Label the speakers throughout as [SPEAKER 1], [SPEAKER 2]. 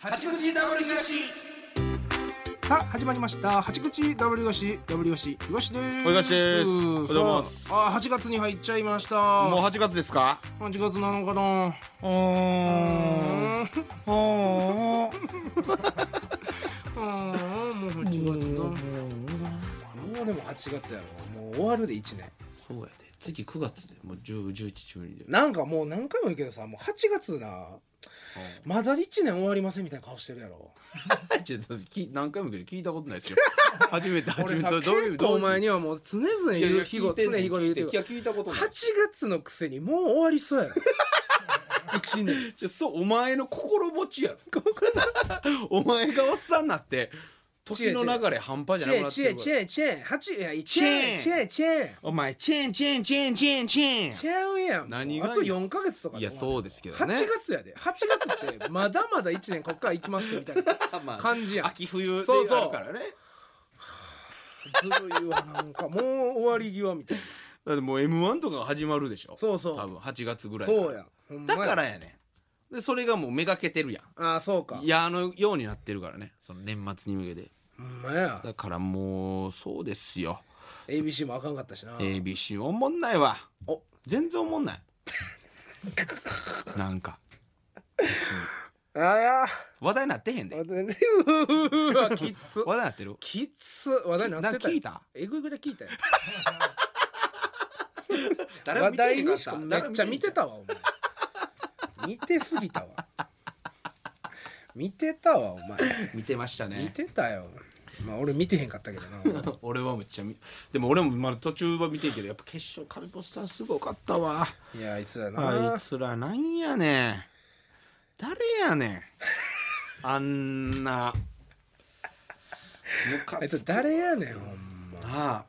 [SPEAKER 1] 八口ダブル東
[SPEAKER 2] さあ始まりました八口 W 吉 W 吉東です
[SPEAKER 1] お東ですおはようございます
[SPEAKER 2] さああ8月に入っちゃいました
[SPEAKER 1] もう
[SPEAKER 2] 8
[SPEAKER 1] 8月ですか
[SPEAKER 2] 月7日だ
[SPEAKER 1] うーん
[SPEAKER 2] う
[SPEAKER 1] うーん
[SPEAKER 2] ーんもう8月だもうでも8月やろもう終わるで1年
[SPEAKER 3] そうやで次9月でもう10、11、12で
[SPEAKER 2] なんかもう何回も言うけどさもう8月なまだ1年終わりませんみたいな顔してるやろ
[SPEAKER 3] ちょっとき何回も言うけど聞いたことないですよ 初めて初
[SPEAKER 2] 俺
[SPEAKER 3] め
[SPEAKER 2] さ
[SPEAKER 3] てどういう
[SPEAKER 2] 結構お前にはもう常々
[SPEAKER 3] いやい
[SPEAKER 2] 言
[SPEAKER 3] や
[SPEAKER 2] う日ご
[SPEAKER 3] 聞いてん
[SPEAKER 2] 常
[SPEAKER 3] ねん
[SPEAKER 2] 日頃言うて
[SPEAKER 3] 聞
[SPEAKER 2] る
[SPEAKER 3] いいや聞いたことない
[SPEAKER 2] 8月のくせにもう終わりそうやろ1年
[SPEAKER 3] じゃそうお前の心持 ちやろお前がおっさんになって時の流れ半端じ
[SPEAKER 2] チ
[SPEAKER 3] ゃな
[SPEAKER 2] ェ
[SPEAKER 3] く
[SPEAKER 2] ー
[SPEAKER 3] なっ
[SPEAKER 2] チェー
[SPEAKER 3] てる
[SPEAKER 2] チェーチェー八いやチ
[SPEAKER 3] チ
[SPEAKER 2] ェー
[SPEAKER 3] ェー
[SPEAKER 2] チェーチェー
[SPEAKER 3] お前チェーンチェーンチェーンチェーンチェ
[SPEAKER 2] ちゃうやん
[SPEAKER 3] 何が
[SPEAKER 2] もうあと四ヶ月とか
[SPEAKER 3] ーン
[SPEAKER 2] で
[SPEAKER 3] いや
[SPEAKER 2] 終わ
[SPEAKER 3] そ
[SPEAKER 2] る
[SPEAKER 3] うですけど
[SPEAKER 2] 八
[SPEAKER 3] ね
[SPEAKER 2] 月やで八月ってまだまだ一年こっから行きますよみたいな
[SPEAKER 3] まあ
[SPEAKER 2] 感じやん
[SPEAKER 3] 秋冬で
[SPEAKER 2] そうそう
[SPEAKER 3] あるからね
[SPEAKER 2] ずるいわなんかもう終わり際みたいな
[SPEAKER 3] だってもう m 1とかが始まるでしょ
[SPEAKER 2] そうそう
[SPEAKER 3] 多分8月ぐらいから
[SPEAKER 2] そうやんほんま
[SPEAKER 3] だ
[SPEAKER 2] や
[SPEAKER 3] からやねんでそれがもうめがけてるやん
[SPEAKER 2] ああそうか
[SPEAKER 3] いやあのようになってるからねその年末に向けて
[SPEAKER 2] ほんまや
[SPEAKER 3] だからもうそうですよ
[SPEAKER 2] ABC もあかんかったしな
[SPEAKER 3] ABC おもんないわ
[SPEAKER 2] お
[SPEAKER 3] 全然おもんない なんか
[SPEAKER 2] あや
[SPEAKER 3] 話題なってへんで
[SPEAKER 2] ー
[SPEAKER 3] 話
[SPEAKER 2] 待ってねうわきっつ
[SPEAKER 3] 題なってる
[SPEAKER 2] きっつ話題になってた
[SPEAKER 3] な聞いた
[SPEAKER 2] えぐいぐらい聞いたよ話題に
[SPEAKER 3] 誰も見てへんかっ
[SPEAKER 2] したかめっちゃ見てたわお前見てすぎたわ見てたわお前
[SPEAKER 3] 見てました
[SPEAKER 2] 見
[SPEAKER 3] ね
[SPEAKER 2] てたよまあ俺見てへんかったけどな
[SPEAKER 3] 俺はめっちゃ見でも俺もまだ途中は見てんけどやっぱ決勝カルポスターすごかったわ
[SPEAKER 2] いやあいつらな
[SPEAKER 3] あいつらなんやねん誰やねんあんなむか
[SPEAKER 2] あい
[SPEAKER 3] つ
[SPEAKER 2] つ
[SPEAKER 3] く
[SPEAKER 2] 誰やねんほんま
[SPEAKER 3] なあ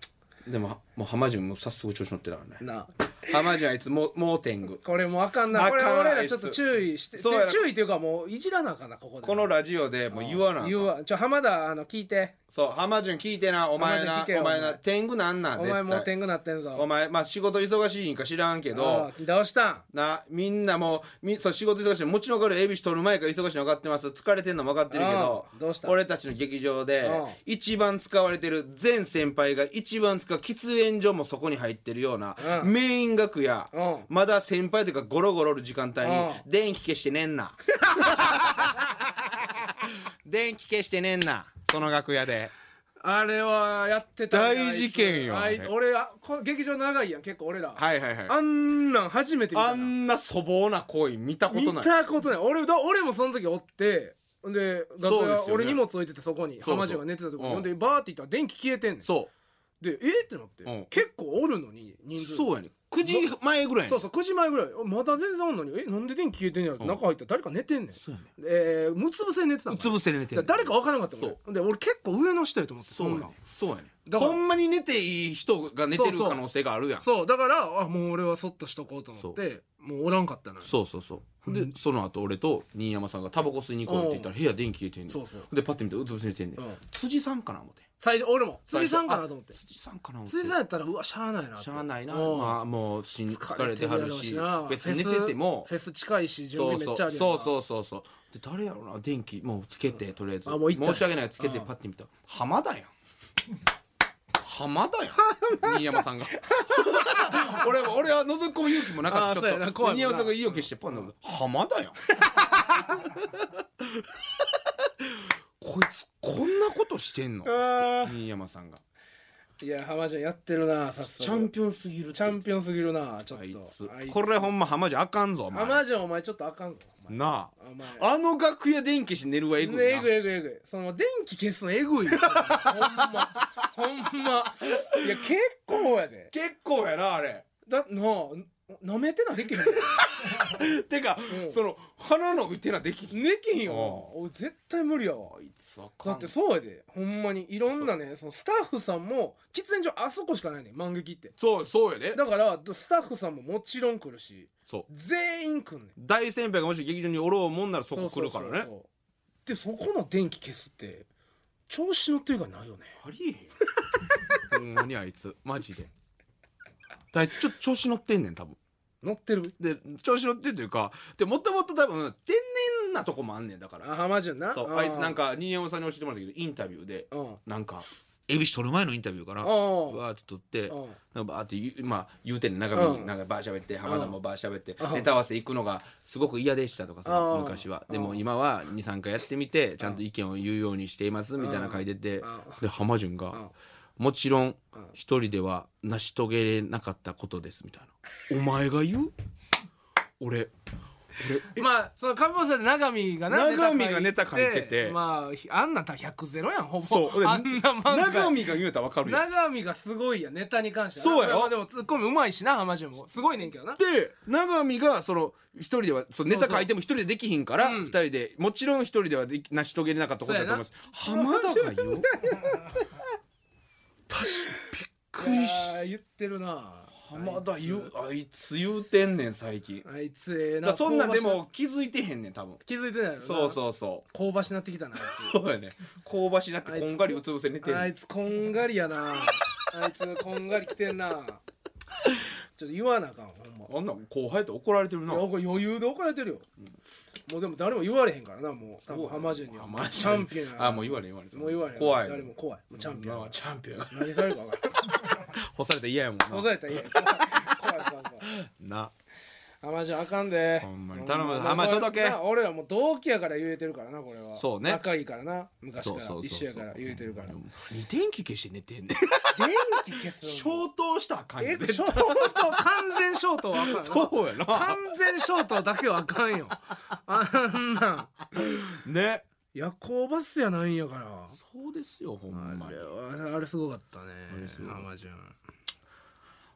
[SPEAKER 3] でももう浜順もう早速調子乗ってたからね
[SPEAKER 2] な
[SPEAKER 3] 浜順あいつもう猛天狗
[SPEAKER 2] これもうあかんな
[SPEAKER 3] あ
[SPEAKER 2] これ
[SPEAKER 3] かん
[SPEAKER 2] 俺
[SPEAKER 3] あ
[SPEAKER 2] ら
[SPEAKER 3] いつ
[SPEAKER 2] ちょっと注意して
[SPEAKER 3] そうやな
[SPEAKER 2] 注意というかもういじらなあかんなここで
[SPEAKER 3] このラジオでもう言わなあかん
[SPEAKER 2] 言うわちょ浜田あの聞いて
[SPEAKER 3] そう浜順聞いてなお前
[SPEAKER 2] 浜順聞
[SPEAKER 3] な
[SPEAKER 2] けよ
[SPEAKER 3] お前
[SPEAKER 2] お
[SPEAKER 3] な
[SPEAKER 2] 前
[SPEAKER 3] 天狗なんなん
[SPEAKER 2] お
[SPEAKER 3] 絶対
[SPEAKER 2] 前もう天狗なってんぞ
[SPEAKER 3] お前まあ仕事忙しいんか知らんけど
[SPEAKER 2] うんどうしたん
[SPEAKER 3] なみんなもうみそう仕事忙しいもちろん分かる ABC 取る前から忙しいの分かってます疲れてんのも分かってるけど
[SPEAKER 2] うんどうした
[SPEAKER 3] 俺たちの劇場で
[SPEAKER 2] うん
[SPEAKER 3] 一番使われてる全先輩が一番使う喫煙所もそこに入ってるような、
[SPEAKER 2] うん
[SPEAKER 3] メイン楽屋、
[SPEAKER 2] うん
[SPEAKER 3] まだ先輩というかゴロゴロおる時間帯に、
[SPEAKER 2] うん
[SPEAKER 3] 電気消してね んな電気消してねんなその楽屋で
[SPEAKER 2] あれはやってたね
[SPEAKER 3] 大事件よ
[SPEAKER 2] あいつあい俺あこ劇場長いやん結構俺ら
[SPEAKER 3] はいはいはい
[SPEAKER 2] あんなん初めて見
[SPEAKER 3] あ
[SPEAKER 2] たなん
[SPEAKER 3] な粗暴な行為見たこと
[SPEAKER 2] 見
[SPEAKER 3] ない
[SPEAKER 2] たことない俺だ俺もその時おってで楽
[SPEAKER 3] そ
[SPEAKER 2] 屋、
[SPEAKER 3] うですよね
[SPEAKER 2] 俺荷物置いててそこに
[SPEAKER 3] そうそう
[SPEAKER 2] 浜地が寝てたとこに、
[SPEAKER 3] うん
[SPEAKER 2] ほんでバーって行ったら電気消えてんねん
[SPEAKER 3] そ
[SPEAKER 2] でえっってなって、
[SPEAKER 3] うん
[SPEAKER 2] 結構おるのに
[SPEAKER 3] う
[SPEAKER 2] 人数
[SPEAKER 3] そうやね9時前ぐらいやね
[SPEAKER 2] そうそう9時前ぐらいまだ全然おんのにえなんで電気消えてんやろって中入ったら誰か寝てんねん、
[SPEAKER 3] そうやね
[SPEAKER 2] えー、むつ伏せに寝てたの
[SPEAKER 3] うつ伏せで寝てんねん
[SPEAKER 2] だから誰か分からなかった
[SPEAKER 3] そう
[SPEAKER 2] 俺で俺結構上の人やと思って
[SPEAKER 3] そうや
[SPEAKER 2] ん
[SPEAKER 3] ね
[SPEAKER 2] なん
[SPEAKER 3] そうやね
[SPEAKER 2] だから
[SPEAKER 3] ほんまに寝ていい人が寝てる
[SPEAKER 2] そうそう
[SPEAKER 3] 可能性があるやんそう
[SPEAKER 2] そうだからあもう俺はそっとしとこうと思ってもうおらんかったな
[SPEAKER 3] そうそうで、その後俺と新山さんがタバコ吸いに行こうって言ったら部屋電気消えてんねん
[SPEAKER 2] そうそう
[SPEAKER 3] でパッて見たらうつ伏せに寝てんねん、
[SPEAKER 2] うん
[SPEAKER 3] 辻さんかな思って
[SPEAKER 2] 最初俺も辻さんかなと思って
[SPEAKER 3] 最初あ辻さんかな思って
[SPEAKER 2] 辻さんやったらうわしゃあないなと
[SPEAKER 3] しゃあないな、
[SPEAKER 2] うん
[SPEAKER 3] まあ、もうしん疲
[SPEAKER 2] 疲
[SPEAKER 3] れ
[SPEAKER 2] れて
[SPEAKER 3] て
[SPEAKER 2] る
[SPEAKER 3] は
[SPEAKER 2] や
[SPEAKER 3] る
[SPEAKER 2] ろう
[SPEAKER 3] し
[SPEAKER 2] しな
[SPEAKER 3] 別に寝てても
[SPEAKER 2] フェスフェス近いし準
[SPEAKER 3] そう
[SPEAKER 2] 備め
[SPEAKER 3] そ
[SPEAKER 2] っ
[SPEAKER 3] う
[SPEAKER 2] ちゃあるやん
[SPEAKER 3] そうそううそうそうで誰やろうな電気もうつけて、とりあえず
[SPEAKER 2] あもう行ったんや
[SPEAKER 3] 申し訳ないつけて
[SPEAKER 2] うん
[SPEAKER 3] パッて見た浜田やん浜田やん新山さんが 俺は俺は覗き込む勇気もなかった
[SPEAKER 2] あー
[SPEAKER 3] ち
[SPEAKER 2] そうや
[SPEAKER 3] ょ
[SPEAKER 2] な
[SPEAKER 3] っ
[SPEAKER 2] 怖いもんな
[SPEAKER 3] と新山さんが意を決してパンダ浜田やんこいつこんなことしてんの新山さんが
[SPEAKER 2] いや浜ちゃんやってるなさす
[SPEAKER 3] チャンピオンすぎるって
[SPEAKER 2] チャンピオンすぎるなちょっ
[SPEAKER 3] あいつ
[SPEAKER 2] とあいつ
[SPEAKER 3] これほんま浜じゃあかんぞお前
[SPEAKER 2] 浜ちゃんお前ちょっとあかんぞお前
[SPEAKER 3] な
[SPEAKER 2] お前
[SPEAKER 3] ああの楽屋電気して寝るはえぐいな
[SPEAKER 2] えぐいえぐいえぐいその電気消すのえぐいよほんまほんまいや結構やで
[SPEAKER 3] 結構やなあれ
[SPEAKER 2] だなあなめてなできへんの
[SPEAKER 3] てか、
[SPEAKER 2] うん
[SPEAKER 3] その鼻伸びてなできひん
[SPEAKER 2] できん よ俺絶対無理やわ
[SPEAKER 3] あいつあか
[SPEAKER 2] だ
[SPEAKER 3] ん
[SPEAKER 2] ってそうやでほんまにいろんなねそのスタッフさんも喫煙所あそこしかないねん万劇って
[SPEAKER 3] そうそうやで
[SPEAKER 2] だからスタッフさんももちろん来るし
[SPEAKER 3] そう
[SPEAKER 2] 全員来んねん
[SPEAKER 3] 大先輩がもし劇場におろうもんならそこ来るからね
[SPEAKER 2] そうそうそうでそこの電気消すって調子乗ってるからないよね
[SPEAKER 3] ありえへんほんまにあいつマジであいつちょっと調子乗ってんねん多分
[SPEAKER 2] 乗ってる
[SPEAKER 3] で調子乗ってるというかでもともと多分天然なとこもあんねんだから
[SPEAKER 2] あ浜潤な
[SPEAKER 3] そうあいつなん
[SPEAKER 2] か
[SPEAKER 3] か新山さんに教えてもらったけどインタビューで
[SPEAKER 2] うんうん
[SPEAKER 3] なんか恵比寿取る前のインタビューかな
[SPEAKER 2] うん
[SPEAKER 3] わーって撮って
[SPEAKER 2] うん
[SPEAKER 3] なんかバーって言う,、まあ、言うてんねん長見
[SPEAKER 2] う
[SPEAKER 3] に
[SPEAKER 2] ん
[SPEAKER 3] なんかバーしゃべって浜田もバーしゃべって
[SPEAKER 2] うん
[SPEAKER 3] ネタ合わせ行くのがすごく嫌でしたとかさ
[SPEAKER 2] うん
[SPEAKER 3] 昔は
[SPEAKER 2] うん
[SPEAKER 3] でも今は23回やってみてちゃんと意見を言うようにしていますみたいな書いてて
[SPEAKER 2] うん
[SPEAKER 3] で浜潤
[SPEAKER 2] うん
[SPEAKER 3] が「もちろん
[SPEAKER 2] うん
[SPEAKER 3] 一人では成し遂げれなかったことです」みたいな「お前が言う俺
[SPEAKER 2] まあその上本さんで長見がな
[SPEAKER 3] 長見が
[SPEAKER 2] い
[SPEAKER 3] ネタ書いてて
[SPEAKER 2] まあひあんなた100ゼロやんほぼ
[SPEAKER 3] そう
[SPEAKER 2] あんな漫才
[SPEAKER 3] 長見が言うたら分かるやん」
[SPEAKER 2] 長見がすごいやんネタに関しては
[SPEAKER 3] そうやろ
[SPEAKER 2] まあでもツッコミうまいしな浜潤もすごいねんけどな
[SPEAKER 3] で永見がその一人ではそのネ
[SPEAKER 2] そう
[SPEAKER 3] タ
[SPEAKER 2] そう
[SPEAKER 3] 書いても一人でできひんから
[SPEAKER 2] うん
[SPEAKER 3] 二人でもちろん一人ではでき成し遂げれなかったことだと思います浜田が言う確かにびっくりし
[SPEAKER 2] いやー言ってるな
[SPEAKER 3] 浜田言うあいつ言うてんねん最近だか
[SPEAKER 2] あいつええな
[SPEAKER 3] らそんなんで
[SPEAKER 2] 香ばし
[SPEAKER 3] も気づいてへんねん多分
[SPEAKER 2] 気づいてないよな
[SPEAKER 3] そうそうそう
[SPEAKER 2] う香ばしなってきたなあい
[SPEAKER 3] そうやね香ばしなってこんがりうつぶせ寝て
[SPEAKER 2] つ
[SPEAKER 3] んね
[SPEAKER 2] あ
[SPEAKER 3] ん
[SPEAKER 2] いつこんがりやなあいつこんがりきてんなちょっと言わなあかんほんま
[SPEAKER 3] あんなん後輩やって怒られてるない
[SPEAKER 2] やこれ余裕で怒られてるよ、もうでも誰も言われへんからなもう多分浜順には
[SPEAKER 3] 浜
[SPEAKER 2] チ
[SPEAKER 3] 順
[SPEAKER 2] ャンピオンやから
[SPEAKER 3] あもう言われへん言われへん
[SPEAKER 2] もう言われへん
[SPEAKER 3] 怖い
[SPEAKER 2] 誰も怖いもうチャンピオン
[SPEAKER 3] まあチャンピオン
[SPEAKER 2] 何されるか分からん
[SPEAKER 3] 干されたら嫌やもん
[SPEAKER 2] 押
[SPEAKER 3] な
[SPEAKER 2] さえたらいいやん怖い怖い怖い怖い
[SPEAKER 3] な
[SPEAKER 2] 浜順あかんで
[SPEAKER 3] ほんまに頼
[SPEAKER 2] ほ
[SPEAKER 3] む
[SPEAKER 2] ん
[SPEAKER 3] 浜順届け
[SPEAKER 2] な俺らもう同期やから言えてるからなこれは
[SPEAKER 3] そうね
[SPEAKER 2] 仲いいからな昔から
[SPEAKER 3] そうそうそうそう
[SPEAKER 2] 一緒やから言えてるから電
[SPEAKER 3] 二天気消して寝てんねん
[SPEAKER 2] 気消すの
[SPEAKER 3] 消灯したらあかんよ
[SPEAKER 2] え
[SPEAKER 3] ね
[SPEAKER 2] ショート完全ショートはあかんよ
[SPEAKER 3] そうやな
[SPEAKER 2] 完全ショートだけはあかんよあんなん
[SPEAKER 3] ね
[SPEAKER 2] 夜行バスやないんやから
[SPEAKER 3] そうですよほんま
[SPEAKER 2] あれ
[SPEAKER 3] に
[SPEAKER 2] はあれすごかったね
[SPEAKER 3] あれすごい
[SPEAKER 2] 浜順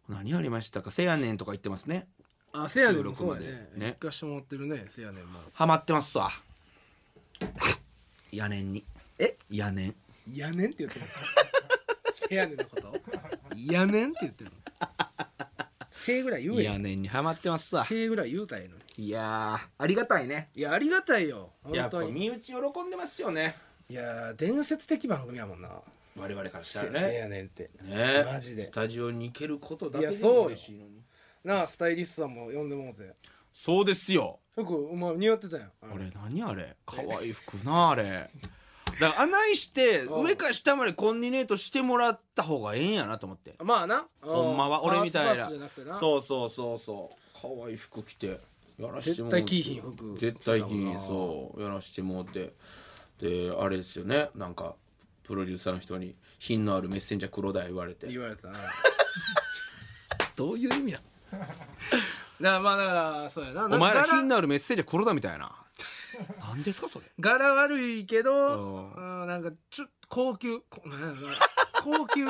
[SPEAKER 3] 何ありましたかせやねんとか言ってますね
[SPEAKER 2] あせやねんもそうや
[SPEAKER 3] 収録
[SPEAKER 2] ね
[SPEAKER 3] までね
[SPEAKER 2] 一回してもらってるねせやねんも
[SPEAKER 3] ハマってますわ屋根にえ屋根
[SPEAKER 2] やねんって言ってるせやねんのことやねんって言ってるせいぐらい言え
[SPEAKER 3] 屋根にハマってますわ
[SPEAKER 2] せいぐらい言うたらええのに
[SPEAKER 3] いやーありがたいね
[SPEAKER 2] いやありがたいよ
[SPEAKER 3] や
[SPEAKER 2] 本
[SPEAKER 3] っぱ
[SPEAKER 2] 当に
[SPEAKER 3] 身内喜んでますよね
[SPEAKER 2] いやー伝説的番組やもんな
[SPEAKER 3] 我々からし
[SPEAKER 2] せ
[SPEAKER 3] たら
[SPEAKER 2] せ
[SPEAKER 3] ね
[SPEAKER 2] やねんって
[SPEAKER 3] ね
[SPEAKER 2] マジで
[SPEAKER 3] スタジオに行けることだ
[SPEAKER 2] い
[SPEAKER 3] け
[SPEAKER 2] や
[SPEAKER 3] で
[SPEAKER 2] そうよ
[SPEAKER 3] も嬉しいのに
[SPEAKER 2] なあスタイリストさんも呼んでもうて
[SPEAKER 3] そうですよ
[SPEAKER 2] 服お前似合ってたやんあ
[SPEAKER 3] あ
[SPEAKER 2] れ
[SPEAKER 3] れ何あれ可愛い服なあれだから案内して
[SPEAKER 2] うん
[SPEAKER 3] 上から下までコーディネートしてもらった方がええんやなと思って
[SPEAKER 2] まあな
[SPEAKER 3] ほんまは俺みたいな
[SPEAKER 2] パーツパーツじゃなくてな
[SPEAKER 3] そうそうそうそう可愛い服着てやらして
[SPEAKER 2] 絶
[SPEAKER 3] も
[SPEAKER 2] 対着いひん服
[SPEAKER 3] 絶対着い
[SPEAKER 2] 着たも
[SPEAKER 3] ひ
[SPEAKER 2] ん
[SPEAKER 3] ん
[SPEAKER 2] な
[SPEAKER 3] そうやらしてもうてであれですよねなんかプロデューサーの人に「品のあるメッセンジャー黒田」言われて
[SPEAKER 2] 言われたなどういう意味やだからまあだからそうやな
[SPEAKER 3] 「お前
[SPEAKER 2] な
[SPEAKER 3] ら
[SPEAKER 2] んか
[SPEAKER 3] 品のあるメッセンジャー黒田」みたいな 何ですかそれ
[SPEAKER 2] 柄悪いけど
[SPEAKER 3] う
[SPEAKER 2] うんなんかちょ高級こなんやろな高級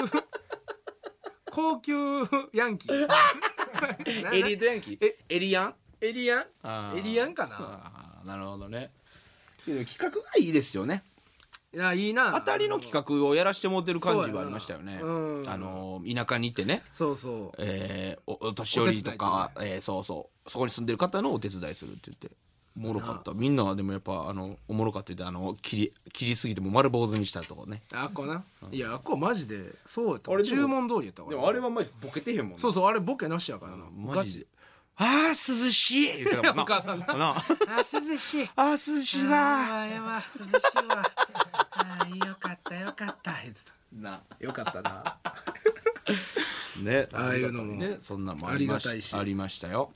[SPEAKER 2] 高級ヤンキーなな
[SPEAKER 3] エリートヤンキー
[SPEAKER 2] え
[SPEAKER 3] エリアン
[SPEAKER 2] エリアン
[SPEAKER 3] あー
[SPEAKER 2] エリアンかな
[SPEAKER 3] あーなるほどねでも企画がいいですよね
[SPEAKER 2] いやいいな
[SPEAKER 3] 当たりの企画をやらしてもってる感じはありましたよね、
[SPEAKER 2] そうやなうん
[SPEAKER 3] あの田舎に行ってね
[SPEAKER 2] そうそう
[SPEAKER 3] えー、おお年寄りとか
[SPEAKER 2] お手
[SPEAKER 3] えーそうそうそこに住んでる方のお手伝いするって言っておもろかったみんなはでもやっぱあのおもろかったって言ってあの切り切りすぎてもう丸坊主にしたとこね
[SPEAKER 2] あっこないやあっこマジでそうやった
[SPEAKER 3] あれでも
[SPEAKER 2] 注文通りやったから
[SPEAKER 3] はマジボケてへんもん
[SPEAKER 2] そうそうあれボケなしやからな
[SPEAKER 3] マ
[SPEAKER 2] ガ
[SPEAKER 3] ジで
[SPEAKER 2] チ
[SPEAKER 3] あー涼しい言ってた もんな
[SPEAKER 2] お母さんな
[SPEAKER 3] な
[SPEAKER 2] あ涼しい
[SPEAKER 3] あー涼しいわ
[SPEAKER 2] あーええわ涼しいわあーよかったよかった言って
[SPEAKER 3] な
[SPEAKER 2] たよかった な
[SPEAKER 3] ね
[SPEAKER 2] ああいうのも
[SPEAKER 3] ねそんなんもありまし
[SPEAKER 2] ありがたいし
[SPEAKER 3] ありましたよ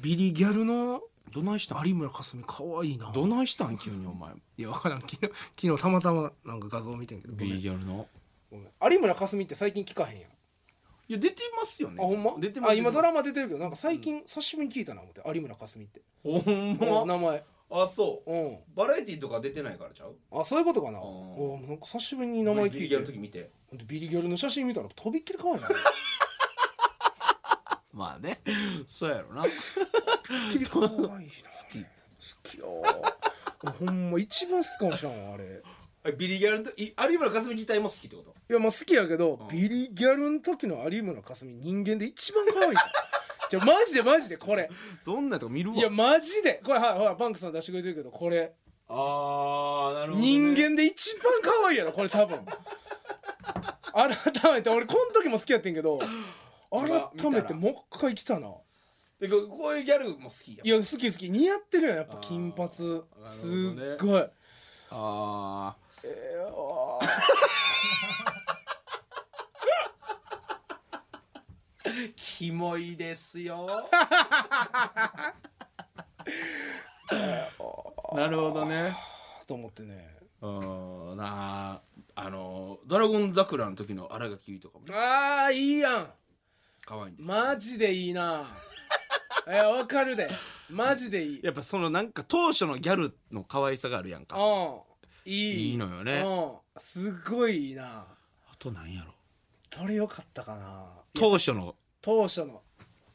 [SPEAKER 2] ビリギャルの
[SPEAKER 3] どないしたん
[SPEAKER 2] 有村架純かわいいな
[SPEAKER 3] どないしたん急にお前
[SPEAKER 2] いやわからん昨日昨日たまたまなんか画像見てんけどごめん
[SPEAKER 3] ビギャルの
[SPEAKER 2] ごめん有村架純って最近聞かへんやん
[SPEAKER 3] いや出てますよね
[SPEAKER 2] あほんま
[SPEAKER 3] 出てます
[SPEAKER 2] あ今ドラマ出てるけどなんか最近久しぶりに聞いたな思って有村架純って
[SPEAKER 3] ほん
[SPEAKER 2] お
[SPEAKER 3] ま
[SPEAKER 2] 名前
[SPEAKER 3] あそう
[SPEAKER 2] うん
[SPEAKER 3] バラエティーとか出てないからちゃう
[SPEAKER 2] あそういうことかな
[SPEAKER 3] ー
[SPEAKER 2] おなんか久しぶりに名前聞いて
[SPEAKER 3] 時見て
[SPEAKER 2] ほんでビリギャルの写真見たらとびっきり可愛いな
[SPEAKER 3] まあね そうやろな
[SPEAKER 2] とびっきり可愛いな
[SPEAKER 3] き
[SPEAKER 2] 好きよ ほんま一番好きかもしれんわあれ
[SPEAKER 3] ビリギャルの時い有村架純自体も好きってこと
[SPEAKER 2] いやまあ好きやけど、ビリギャルの時の有村架純人間で一番可愛いじゃんじゃあマジでマジでこれ
[SPEAKER 3] どんなとこ見るわ
[SPEAKER 2] いやマジでこれはいほらパンクさん出してくれてるけどこれ
[SPEAKER 3] あーなるほど、ね、
[SPEAKER 2] 人間で一番可愛いやろこれ多分改めて俺この時も好きやってんけど
[SPEAKER 3] ほら
[SPEAKER 2] 改めて
[SPEAKER 3] 見たら
[SPEAKER 2] もう一回来たな
[SPEAKER 3] でここういうギャルも好きや
[SPEAKER 4] いや好き好き似合ってるよやっぱ金髪す
[SPEAKER 3] あー
[SPEAKER 4] っごい、
[SPEAKER 3] あ
[SPEAKER 4] えーあ
[SPEAKER 3] ーキモいですよ なるほどね
[SPEAKER 4] ーと思ってね
[SPEAKER 3] うんなああの「ドラゴン桜」の時の新垣結衣とかも
[SPEAKER 4] あーいいやん
[SPEAKER 3] 可愛いんですよ
[SPEAKER 4] マジでいい ないやわかるでマジでいい
[SPEAKER 3] やっぱそのなんか当初のギャルの可愛さがあるやんか
[SPEAKER 4] うんいい
[SPEAKER 3] いいのよね
[SPEAKER 4] うんすごいいいな
[SPEAKER 3] あとなんやろ
[SPEAKER 4] どれよかったかないや
[SPEAKER 3] 当初の
[SPEAKER 4] 当初の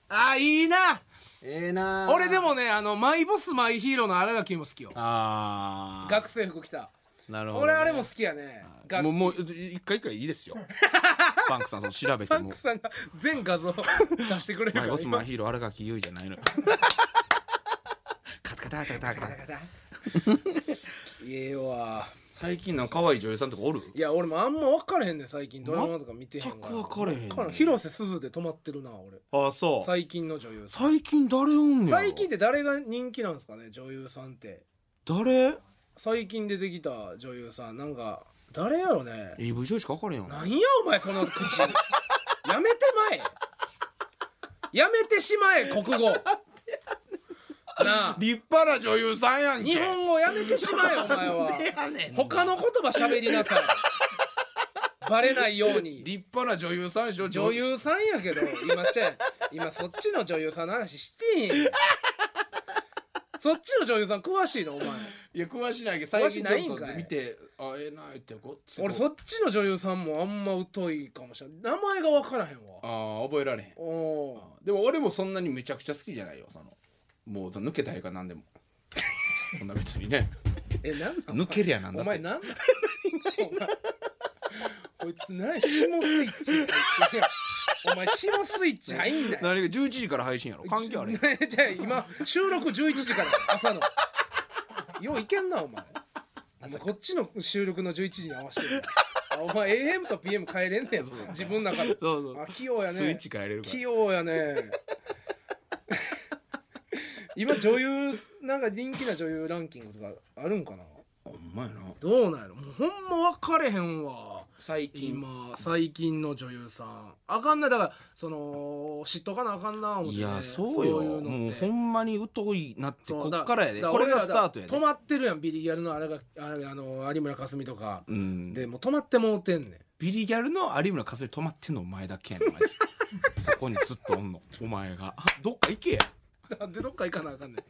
[SPEAKER 2] あいいな
[SPEAKER 3] ええな
[SPEAKER 2] 俺でもねあのマイボスマイヒーローの新垣も好きよ
[SPEAKER 3] ああ
[SPEAKER 4] 学生服着た
[SPEAKER 3] なるほど、
[SPEAKER 4] 俺あれも好きやねが
[SPEAKER 3] もうもう一回一回いい ですよパンクさんその調べて
[SPEAKER 4] パ
[SPEAKER 3] も
[SPEAKER 4] ンクさんが全画像 出してくれるか
[SPEAKER 3] マイ
[SPEAKER 4] ら
[SPEAKER 3] ボスマイヒーロー新垣結衣じゃないのよカタカタカタカタカタ
[SPEAKER 4] ええわ
[SPEAKER 3] 最近なんか可愛い女優さんとかおる
[SPEAKER 4] いや俺もあんま分からへんねん最近ドラマとか見てへんから
[SPEAKER 3] 全く分からへんねん
[SPEAKER 4] から広瀬すずで止まってるな俺
[SPEAKER 3] ああそう
[SPEAKER 4] 最近の女優さん
[SPEAKER 3] 最近誰おんねやろ
[SPEAKER 4] 最近って誰が人気なんですかね女優さんって
[SPEAKER 3] 誰
[SPEAKER 4] 最近出てきた女優さんなんか誰やろね
[SPEAKER 3] AV 女優しか分からへんよ
[SPEAKER 4] なんやお前その口やめてまえやめてしまえ国語なあ
[SPEAKER 3] 立派な女優さんやんけ
[SPEAKER 4] 日本語やめてしまえお前は他の言葉喋りなさいバレないように
[SPEAKER 3] 立派な女優さんでしょ
[SPEAKER 4] 女優さんやけど今ちゃう今そっちの女優さんの話してへんやんそっちの女優さん詳しいのお前
[SPEAKER 3] いや詳しないけど最近ちょ
[SPEAKER 4] 詳しな
[SPEAKER 3] っ
[SPEAKER 4] いんか
[SPEAKER 3] と
[SPEAKER 4] い
[SPEAKER 3] 見てあええなってごっつ
[SPEAKER 4] 俺そっちの女優さんもあんま疎いかもしれない名前が分からへんわ
[SPEAKER 3] ああ覚えられへん
[SPEAKER 4] おお
[SPEAKER 3] でも俺もそんなにめちゃくちゃ好きじゃないよそのもう抜けたいかなんでも そんな別に ね
[SPEAKER 4] ーえなんなん
[SPEAKER 3] 抜けりゃなんだ
[SPEAKER 4] お
[SPEAKER 3] っ
[SPEAKER 4] 前
[SPEAKER 3] て
[SPEAKER 4] なんお前こいつ何下スイッチ入ってるやんお前下スイッチ入んない
[SPEAKER 3] 何が11時から配信や ろ関係ある
[SPEAKER 4] ね じゃあ今収録11時から朝のよういけんなお前お前こっちの収録の11時に合わせてるあお前 AM と PM 変えれんねや自分の中で
[SPEAKER 3] そうそう
[SPEAKER 4] あ器用やね
[SPEAKER 3] スイッチ変えれるから
[SPEAKER 4] 器用やね今女優なんか人気な女優ランキングとかあるんかな
[SPEAKER 3] ほんまやな
[SPEAKER 2] どうなんやろもうほんま分かれへんわ
[SPEAKER 3] 最近
[SPEAKER 2] 今最近の女優さんあかんなだからその嫉妬かなあかんな思って、ね、
[SPEAKER 3] いやそうよ
[SPEAKER 2] いうの
[SPEAKER 3] もう
[SPEAKER 2] って
[SPEAKER 3] ほんまに疎いなって
[SPEAKER 2] そう
[SPEAKER 3] こ
[SPEAKER 2] だ
[SPEAKER 3] っからやで
[SPEAKER 2] だ
[SPEAKER 3] これが
[SPEAKER 2] 俺
[SPEAKER 3] ス
[SPEAKER 2] ら
[SPEAKER 3] タ
[SPEAKER 2] だ
[SPEAKER 3] ートや
[SPEAKER 2] 止
[SPEAKER 3] で
[SPEAKER 2] まってるやんビリギャルのあれがああの有村架純とか、
[SPEAKER 3] うん
[SPEAKER 2] でもう止まってもうてんね ん
[SPEAKER 3] ビリギャルの有村架純止まってんのお前だけやんマジ そこにずっとおんのお前がどっか行けや
[SPEAKER 2] なんでどっか行かなあかんねん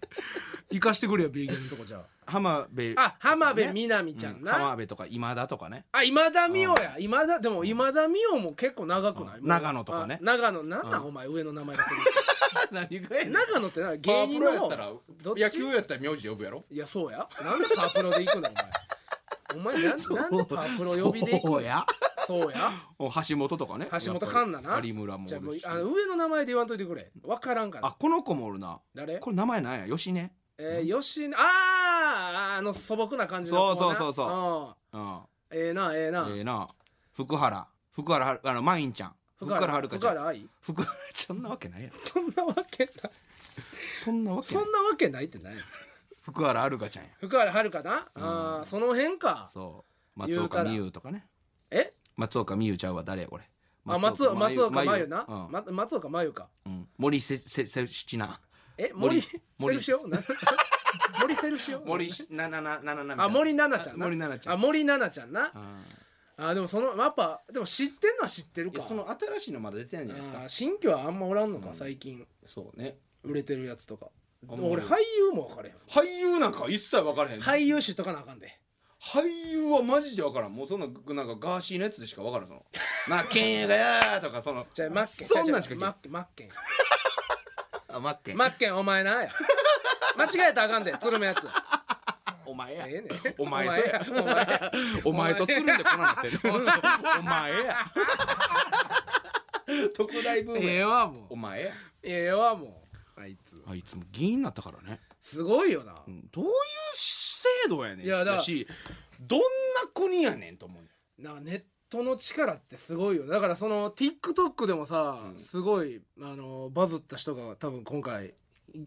[SPEAKER 2] 行かしてくれよビリギャルのとこじゃ
[SPEAKER 3] 浜辺
[SPEAKER 2] ああ浜辺美波ちゃん
[SPEAKER 3] うん
[SPEAKER 2] な、
[SPEAKER 3] 浜辺とか今田とかね
[SPEAKER 2] あ今田美桜や今田でも今田美桜も結構長くない
[SPEAKER 3] うん長野とかね
[SPEAKER 2] あ長野なんなんお前上の名前だ
[SPEAKER 3] 何がや
[SPEAKER 2] けで長野ってな芸人のどっち
[SPEAKER 3] やったら名字呼ぶやろ
[SPEAKER 2] いやそうやなんでパープロで行くのお前お前 なんなんでパープロ呼びで行く
[SPEAKER 3] そ
[SPEAKER 2] の
[SPEAKER 3] うや
[SPEAKER 2] そうや
[SPEAKER 3] お橋本とかね
[SPEAKER 2] 橋本環奈
[SPEAKER 3] やっ
[SPEAKER 2] な
[SPEAKER 3] ぱり有村もおるし
[SPEAKER 2] じゃあもうあの上の名前で言わんといてくれわからんから
[SPEAKER 3] あこの子もおるな
[SPEAKER 2] 誰
[SPEAKER 3] これ名前なんやよしね
[SPEAKER 2] えー、吉野あーあの素朴な感じの子な
[SPEAKER 3] そうそうそうそう
[SPEAKER 2] そ
[SPEAKER 3] うん
[SPEAKER 2] うんええなええな、
[SPEAKER 3] ええな福原福原はるあのマインちゃん福原遥ちゃ
[SPEAKER 2] 福
[SPEAKER 3] ん
[SPEAKER 2] 原愛
[SPEAKER 3] 福原そんなわけないやろ
[SPEAKER 2] そんなわけない
[SPEAKER 3] そんなわけ
[SPEAKER 2] そ
[SPEAKER 3] ない
[SPEAKER 2] んなわけないってない
[SPEAKER 3] 福原遥ちゃんや
[SPEAKER 2] 福原遥な、あーその辺か
[SPEAKER 3] そ
[SPEAKER 2] 言
[SPEAKER 3] う松
[SPEAKER 2] うた
[SPEAKER 3] 岡
[SPEAKER 2] ら
[SPEAKER 3] 美優とかね
[SPEAKER 2] え
[SPEAKER 3] 松岡美優ちゃうわ誰やこれ
[SPEAKER 2] あ松岡松岡
[SPEAKER 3] 真
[SPEAKER 2] 真
[SPEAKER 3] 優
[SPEAKER 2] 優な、
[SPEAKER 3] うん
[SPEAKER 2] ま松岡真優か
[SPEAKER 3] うん森せせせしちな
[SPEAKER 2] え森
[SPEAKER 3] 森
[SPEAKER 2] セルシオな 森セルシオ
[SPEAKER 3] 森ななななななみたいな
[SPEAKER 2] あ森奈々ちゃんな
[SPEAKER 3] 森七菜ちゃん
[SPEAKER 2] あ森奈々ちゃんな
[SPEAKER 3] うん
[SPEAKER 2] あでもそのやっぱでも知ってんのは知ってる
[SPEAKER 3] い
[SPEAKER 2] か
[SPEAKER 3] やその新しいのまだ出てないんじゃないです
[SPEAKER 2] あー
[SPEAKER 3] か
[SPEAKER 2] 新居はあんまおらんのか、最近
[SPEAKER 3] そうね
[SPEAKER 2] 売れてるやつとか
[SPEAKER 3] あんまお
[SPEAKER 2] 俺
[SPEAKER 3] らん
[SPEAKER 2] 俳優も分からへん
[SPEAKER 3] 俳優なんか一切分からへん
[SPEAKER 2] 俳優知っとかなあかんで
[SPEAKER 3] 俳優はマジで分からんもうそんななんかガーシーのやつでしか分からんその 「まあケンヤがや」とかその
[SPEAKER 2] じゃあマッケン
[SPEAKER 3] そんなんしか聞い
[SPEAKER 2] マッケンマッケン
[SPEAKER 3] あマッケン
[SPEAKER 2] マッケンお前なや 間違えたらあかんでつるむやつ
[SPEAKER 3] お前や
[SPEAKER 2] ええねん
[SPEAKER 3] お前とや
[SPEAKER 2] お前や
[SPEAKER 3] お前とつるんでこなってる お前や 特大ブーム
[SPEAKER 2] ええ
[SPEAKER 3] や
[SPEAKER 2] わもう
[SPEAKER 3] お前や
[SPEAKER 2] ええわもうあいつ
[SPEAKER 3] あいつも議員になったからね
[SPEAKER 2] すごいよな、
[SPEAKER 3] どういう制度やねん
[SPEAKER 2] いやだ
[SPEAKER 3] しどんな国やねんと思うねん
[SPEAKER 2] なんかネットの力ってすごいよねだからその TikTok でもさ、
[SPEAKER 3] ん
[SPEAKER 2] すごいあのバズった人が多分今回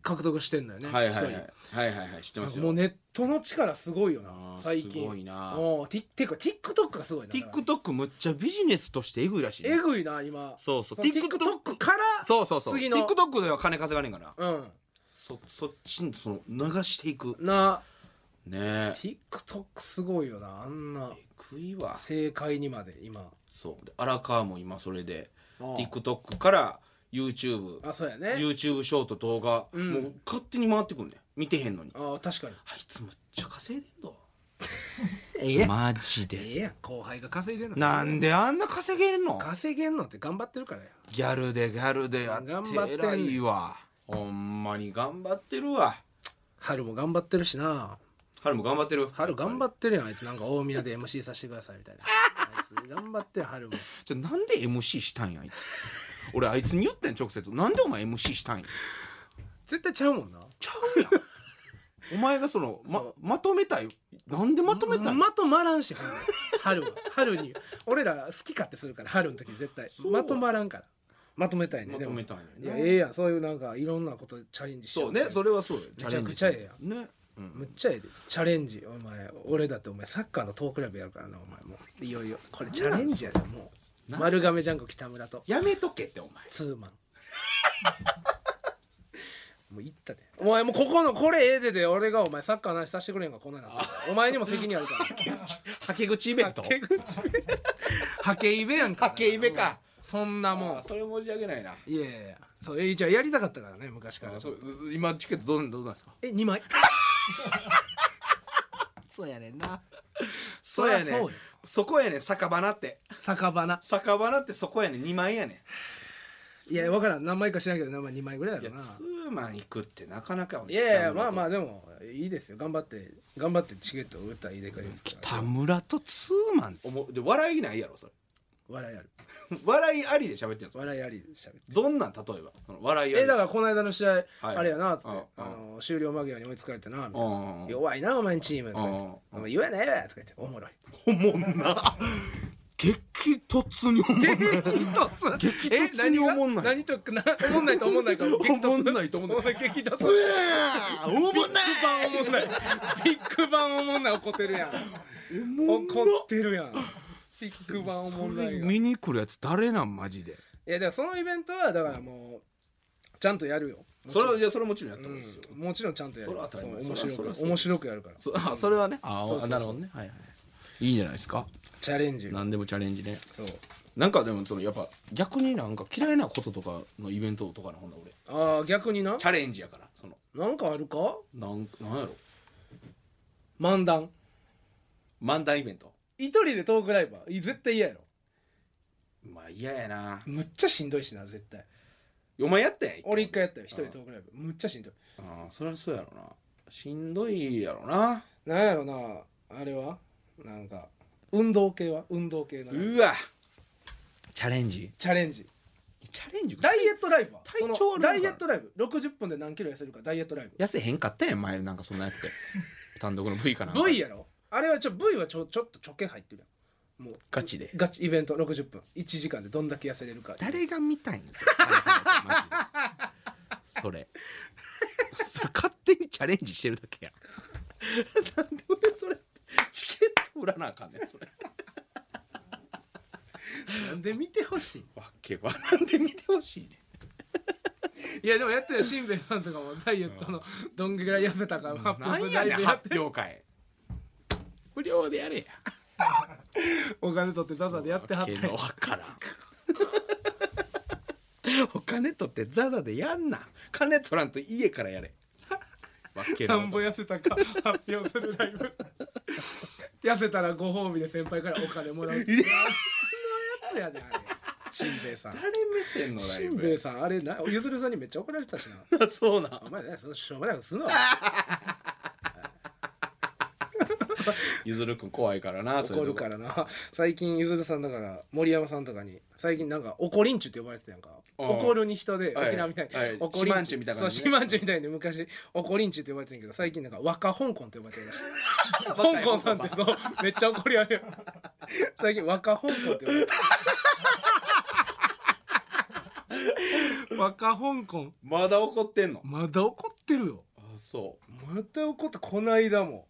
[SPEAKER 2] 獲得してんだよね
[SPEAKER 3] はいはいはい
[SPEAKER 2] 一人
[SPEAKER 3] はいはいはい知ってますよ
[SPEAKER 2] もうネットの力すごいよ
[SPEAKER 3] あ
[SPEAKER 2] な
[SPEAKER 3] ー
[SPEAKER 2] 最近
[SPEAKER 3] すごいな
[SPEAKER 2] おうててか TikTok がすごいな
[SPEAKER 3] TikTok むっちゃビジネスとしてえぐいらしいね
[SPEAKER 2] えぐいな今
[SPEAKER 3] そうそう
[SPEAKER 2] その TikTok から
[SPEAKER 3] そうそうそう
[SPEAKER 2] 次の
[SPEAKER 3] TikTok では金稼がねえから
[SPEAKER 2] うん
[SPEAKER 3] そそっちにその流していく
[SPEAKER 2] な
[SPEAKER 3] ねえ
[SPEAKER 2] TikTok すごいよなあんな
[SPEAKER 3] 食いわ
[SPEAKER 2] 正解にまで今
[SPEAKER 3] そうで荒川も今それで
[SPEAKER 2] ああ
[SPEAKER 3] TikTok から YouTube
[SPEAKER 2] あそうやね
[SPEAKER 3] YouTube ショート動画、
[SPEAKER 2] ん
[SPEAKER 3] もう勝手に回ってくんね見てへんのに
[SPEAKER 2] あ確かに
[SPEAKER 3] あいつむっちゃ稼いでんの
[SPEAKER 2] ええ
[SPEAKER 3] マジ
[SPEAKER 2] ええやん後輩が稼いでるの
[SPEAKER 3] なんであんな稼げるの
[SPEAKER 2] 稼げんのって頑張ってるからよ
[SPEAKER 3] ギャルでギャルでや
[SPEAKER 2] 頑
[SPEAKER 3] っ
[SPEAKER 2] 張って
[SPEAKER 3] て
[SPEAKER 2] んねん
[SPEAKER 3] 偉いわほんまに頑張ってるわ
[SPEAKER 2] 春も頑張ってるしな
[SPEAKER 3] 春も頑張ってる
[SPEAKER 2] 春頑張
[SPEAKER 3] っ
[SPEAKER 2] ってるやんあいつなんか大宮で MC させてくださいみたいなあいつ頑張ってよ春も
[SPEAKER 3] じゃなんで MC したんやあいつ俺あいつに言ってん直接なんでお前 MC したんや
[SPEAKER 2] 絶対ちゃうもんな
[SPEAKER 3] ちゃうやんお前がその ま
[SPEAKER 2] そう
[SPEAKER 3] まとめたいなんでまとめたい
[SPEAKER 2] まとまらんしほんで春は春に俺ら好き勝手するから春の時絶対
[SPEAKER 3] う
[SPEAKER 2] まとまらんからまとめたいね
[SPEAKER 3] ま
[SPEAKER 2] で
[SPEAKER 3] と
[SPEAKER 2] も
[SPEAKER 3] め
[SPEAKER 2] い
[SPEAKER 3] たいの
[SPEAKER 2] や
[SPEAKER 3] よね
[SPEAKER 2] ええやんそういうなんかいろんなことチャレンジして
[SPEAKER 3] そうねそれはそうよ
[SPEAKER 2] めちゃくちゃええやん
[SPEAKER 3] チャレンジねうん
[SPEAKER 2] むっちゃええでチャレンジお前俺だってお前サッカーのトークライブやるからなお前もういよいよこれチャレンジやでもう
[SPEAKER 3] なん
[SPEAKER 2] 丸亀ジャンコ北村と
[SPEAKER 3] やめとけってお前
[SPEAKER 2] ツーマン もう行ったでお前もうここのこれええでで俺がお前サッカーの話させてくれんがこんなんなってるお前にも責任あるから
[SPEAKER 3] はけ口イベント
[SPEAKER 2] はけ口はけイベやんか
[SPEAKER 3] はけイベか
[SPEAKER 2] そんなもん
[SPEAKER 3] あそれ申し訳ないない
[SPEAKER 2] やいやいやそうえじゃあやりたかったからね昔から
[SPEAKER 3] あそう今チケットどうどうなんですか
[SPEAKER 2] え二枚そうやねんな
[SPEAKER 3] そうやね
[SPEAKER 2] そりゃそ
[SPEAKER 3] そう
[SPEAKER 2] よ
[SPEAKER 3] こやね酒場なって
[SPEAKER 2] 酒場な
[SPEAKER 3] 酒場なってそこやね2枚やね
[SPEAKER 2] いや分からん何枚か知らんけど何枚2枚ぐらい
[SPEAKER 3] い
[SPEAKER 2] だ
[SPEAKER 3] や
[SPEAKER 2] ろうな
[SPEAKER 3] ツーマン行くってなかなか
[SPEAKER 2] いやいやまあま
[SPEAKER 3] あ
[SPEAKER 2] あでもいいですよ頑張って頑張ってチケットを売ったらいいでかいですから
[SPEAKER 3] 田村とツーマンおもで笑いないやろそれ
[SPEAKER 2] 笑いある
[SPEAKER 3] 笑いありで喋ってるんです
[SPEAKER 2] 笑いありで喋って
[SPEAKER 3] どんなん例えばその笑いあり
[SPEAKER 2] えだからこの間の試合、
[SPEAKER 3] はい
[SPEAKER 2] あれやなっつって、
[SPEAKER 3] うん
[SPEAKER 2] あ
[SPEAKER 3] うん
[SPEAKER 2] の終了間際に追いつかれてなみたいな、
[SPEAKER 3] うん
[SPEAKER 2] 弱いなお前んチームとか言って
[SPEAKER 3] うんうん
[SPEAKER 2] 「お前言えないわ」とか言って「おもろい」
[SPEAKER 3] おもんな激突におもんない
[SPEAKER 2] 突
[SPEAKER 3] 激突におもんない
[SPEAKER 2] 何が何となおもんないと思んないから激突
[SPEAKER 3] おもんないと思んない
[SPEAKER 2] お前激突
[SPEAKER 3] うわーおもんない
[SPEAKER 2] ビッグバンおもんないビッグバンおもんない怒ってるやん怒ってるやんビッグバンおもんないがい
[SPEAKER 3] 見に来るやつ誰なんマジで
[SPEAKER 2] やだからそのイベントはだからもうちゃんとやるよ
[SPEAKER 3] それはいやそれもちろんやった
[SPEAKER 2] うん
[SPEAKER 3] で
[SPEAKER 2] ん
[SPEAKER 3] すよ、
[SPEAKER 2] もちろんちゃんとやる
[SPEAKER 3] それは当たり前
[SPEAKER 2] そう面白
[SPEAKER 3] それは
[SPEAKER 2] く
[SPEAKER 3] そう
[SPEAKER 2] 面白くやるから
[SPEAKER 3] そあそれはねあ
[SPEAKER 2] そうそうそう
[SPEAKER 3] なるほどねはいはいいいんじゃないですか
[SPEAKER 2] チャレンジ
[SPEAKER 3] 何でもチャレンジね
[SPEAKER 2] そう
[SPEAKER 3] なんかでもそのやっぱ逆になんか嫌いなこととかのイベントとかのほんなら俺
[SPEAKER 2] ああ逆にな
[SPEAKER 3] チャレンジやからその
[SPEAKER 2] なんかあるか
[SPEAKER 3] なんなんやろ
[SPEAKER 2] 漫談
[SPEAKER 3] 漫談イベント
[SPEAKER 2] 一人でトークライブはい絶対嫌やろ
[SPEAKER 3] まあ嫌やな
[SPEAKER 2] むっちゃしんどいしな絶対
[SPEAKER 3] お前やったやん
[SPEAKER 2] 俺一回やったよ一人トークライブむっちゃしんどい
[SPEAKER 3] ああそりゃそうやろなしんどいやろな
[SPEAKER 2] なんやろなあれはなんか運動系は運動系の
[SPEAKER 3] うわチャレンジ
[SPEAKER 2] チャレンジ
[SPEAKER 3] チャレンジ
[SPEAKER 2] ダイエットライブは
[SPEAKER 3] 体
[SPEAKER 2] そ
[SPEAKER 3] 調悪
[SPEAKER 2] の
[SPEAKER 3] いから
[SPEAKER 2] ダイエットライブ60分で何キロ痩せるかダイエットライブ
[SPEAKER 3] 痩せへんかったやん前なんかそん なやって単独の V かな
[SPEAKER 2] V やろあれはちょ V はちょちょっとちょけ入ってるやんもう
[SPEAKER 3] ガチで
[SPEAKER 2] ガチイベント60分1時間でどんだけ痩せれるか
[SPEAKER 3] 誰が見たいんですかマジでそ れそれ勝手にチャレンジしてるだけやんなんで俺それチケット売らなあかんねんそれ
[SPEAKER 2] なんで見てほしい
[SPEAKER 3] わけわなんで見てほしいね
[SPEAKER 2] いやでもやってるしんべヱさんとかもダイエットのどんぐらい痩せたか発
[SPEAKER 3] な
[SPEAKER 2] 表す
[SPEAKER 3] ん
[SPEAKER 2] る
[SPEAKER 3] や
[SPEAKER 2] ラ
[SPEAKER 3] ね
[SPEAKER 2] イ
[SPEAKER 3] ん
[SPEAKER 2] ブやって
[SPEAKER 3] 発表会不良でやれや
[SPEAKER 2] お金取ってザザでやってはった
[SPEAKER 3] わけのわからん お金取ってザザでやんな金取らんと家からやれわけ
[SPEAKER 2] な
[SPEAKER 3] のわ
[SPEAKER 2] んぼ痩せたか発表するライブ痩せたらご褒美で先輩からお金もらうっていうやつやであれしんべヱさん
[SPEAKER 3] 誰目線のラ
[SPEAKER 2] し
[SPEAKER 3] イ
[SPEAKER 2] ん
[SPEAKER 3] ブ
[SPEAKER 2] べ
[SPEAKER 3] や
[SPEAKER 2] ヱさんあれなゆずるさんにめっちゃ怒られてたしな
[SPEAKER 3] そうなん
[SPEAKER 2] お前ねそのしょうもないことすんの
[SPEAKER 3] ゆずるくん怖いからなそうい
[SPEAKER 2] 怒
[SPEAKER 3] う
[SPEAKER 2] る
[SPEAKER 3] とこ
[SPEAKER 2] からな 最近ゆずるさんだから森山さんとかに最近なんか怒りんちゅって呼ばれてたやんか
[SPEAKER 3] うん
[SPEAKER 2] 怒るに人で
[SPEAKER 3] はい
[SPEAKER 2] 沖縄みたいに
[SPEAKER 3] はい
[SPEAKER 2] 怒り
[SPEAKER 3] シマンチュみたいな
[SPEAKER 2] そう
[SPEAKER 3] 感じね
[SPEAKER 2] シマンチュみたいに昔怒りんちゅって呼ばれてたんやけど最近なんか若香港って呼ばれてるらしい 香港さんってそうめっちゃ怒りあるよ最近若香港って 言われてる若香港
[SPEAKER 3] まだ怒ってんの
[SPEAKER 2] まだ怒ってるよ
[SPEAKER 3] あそう
[SPEAKER 2] また怒ってこないだも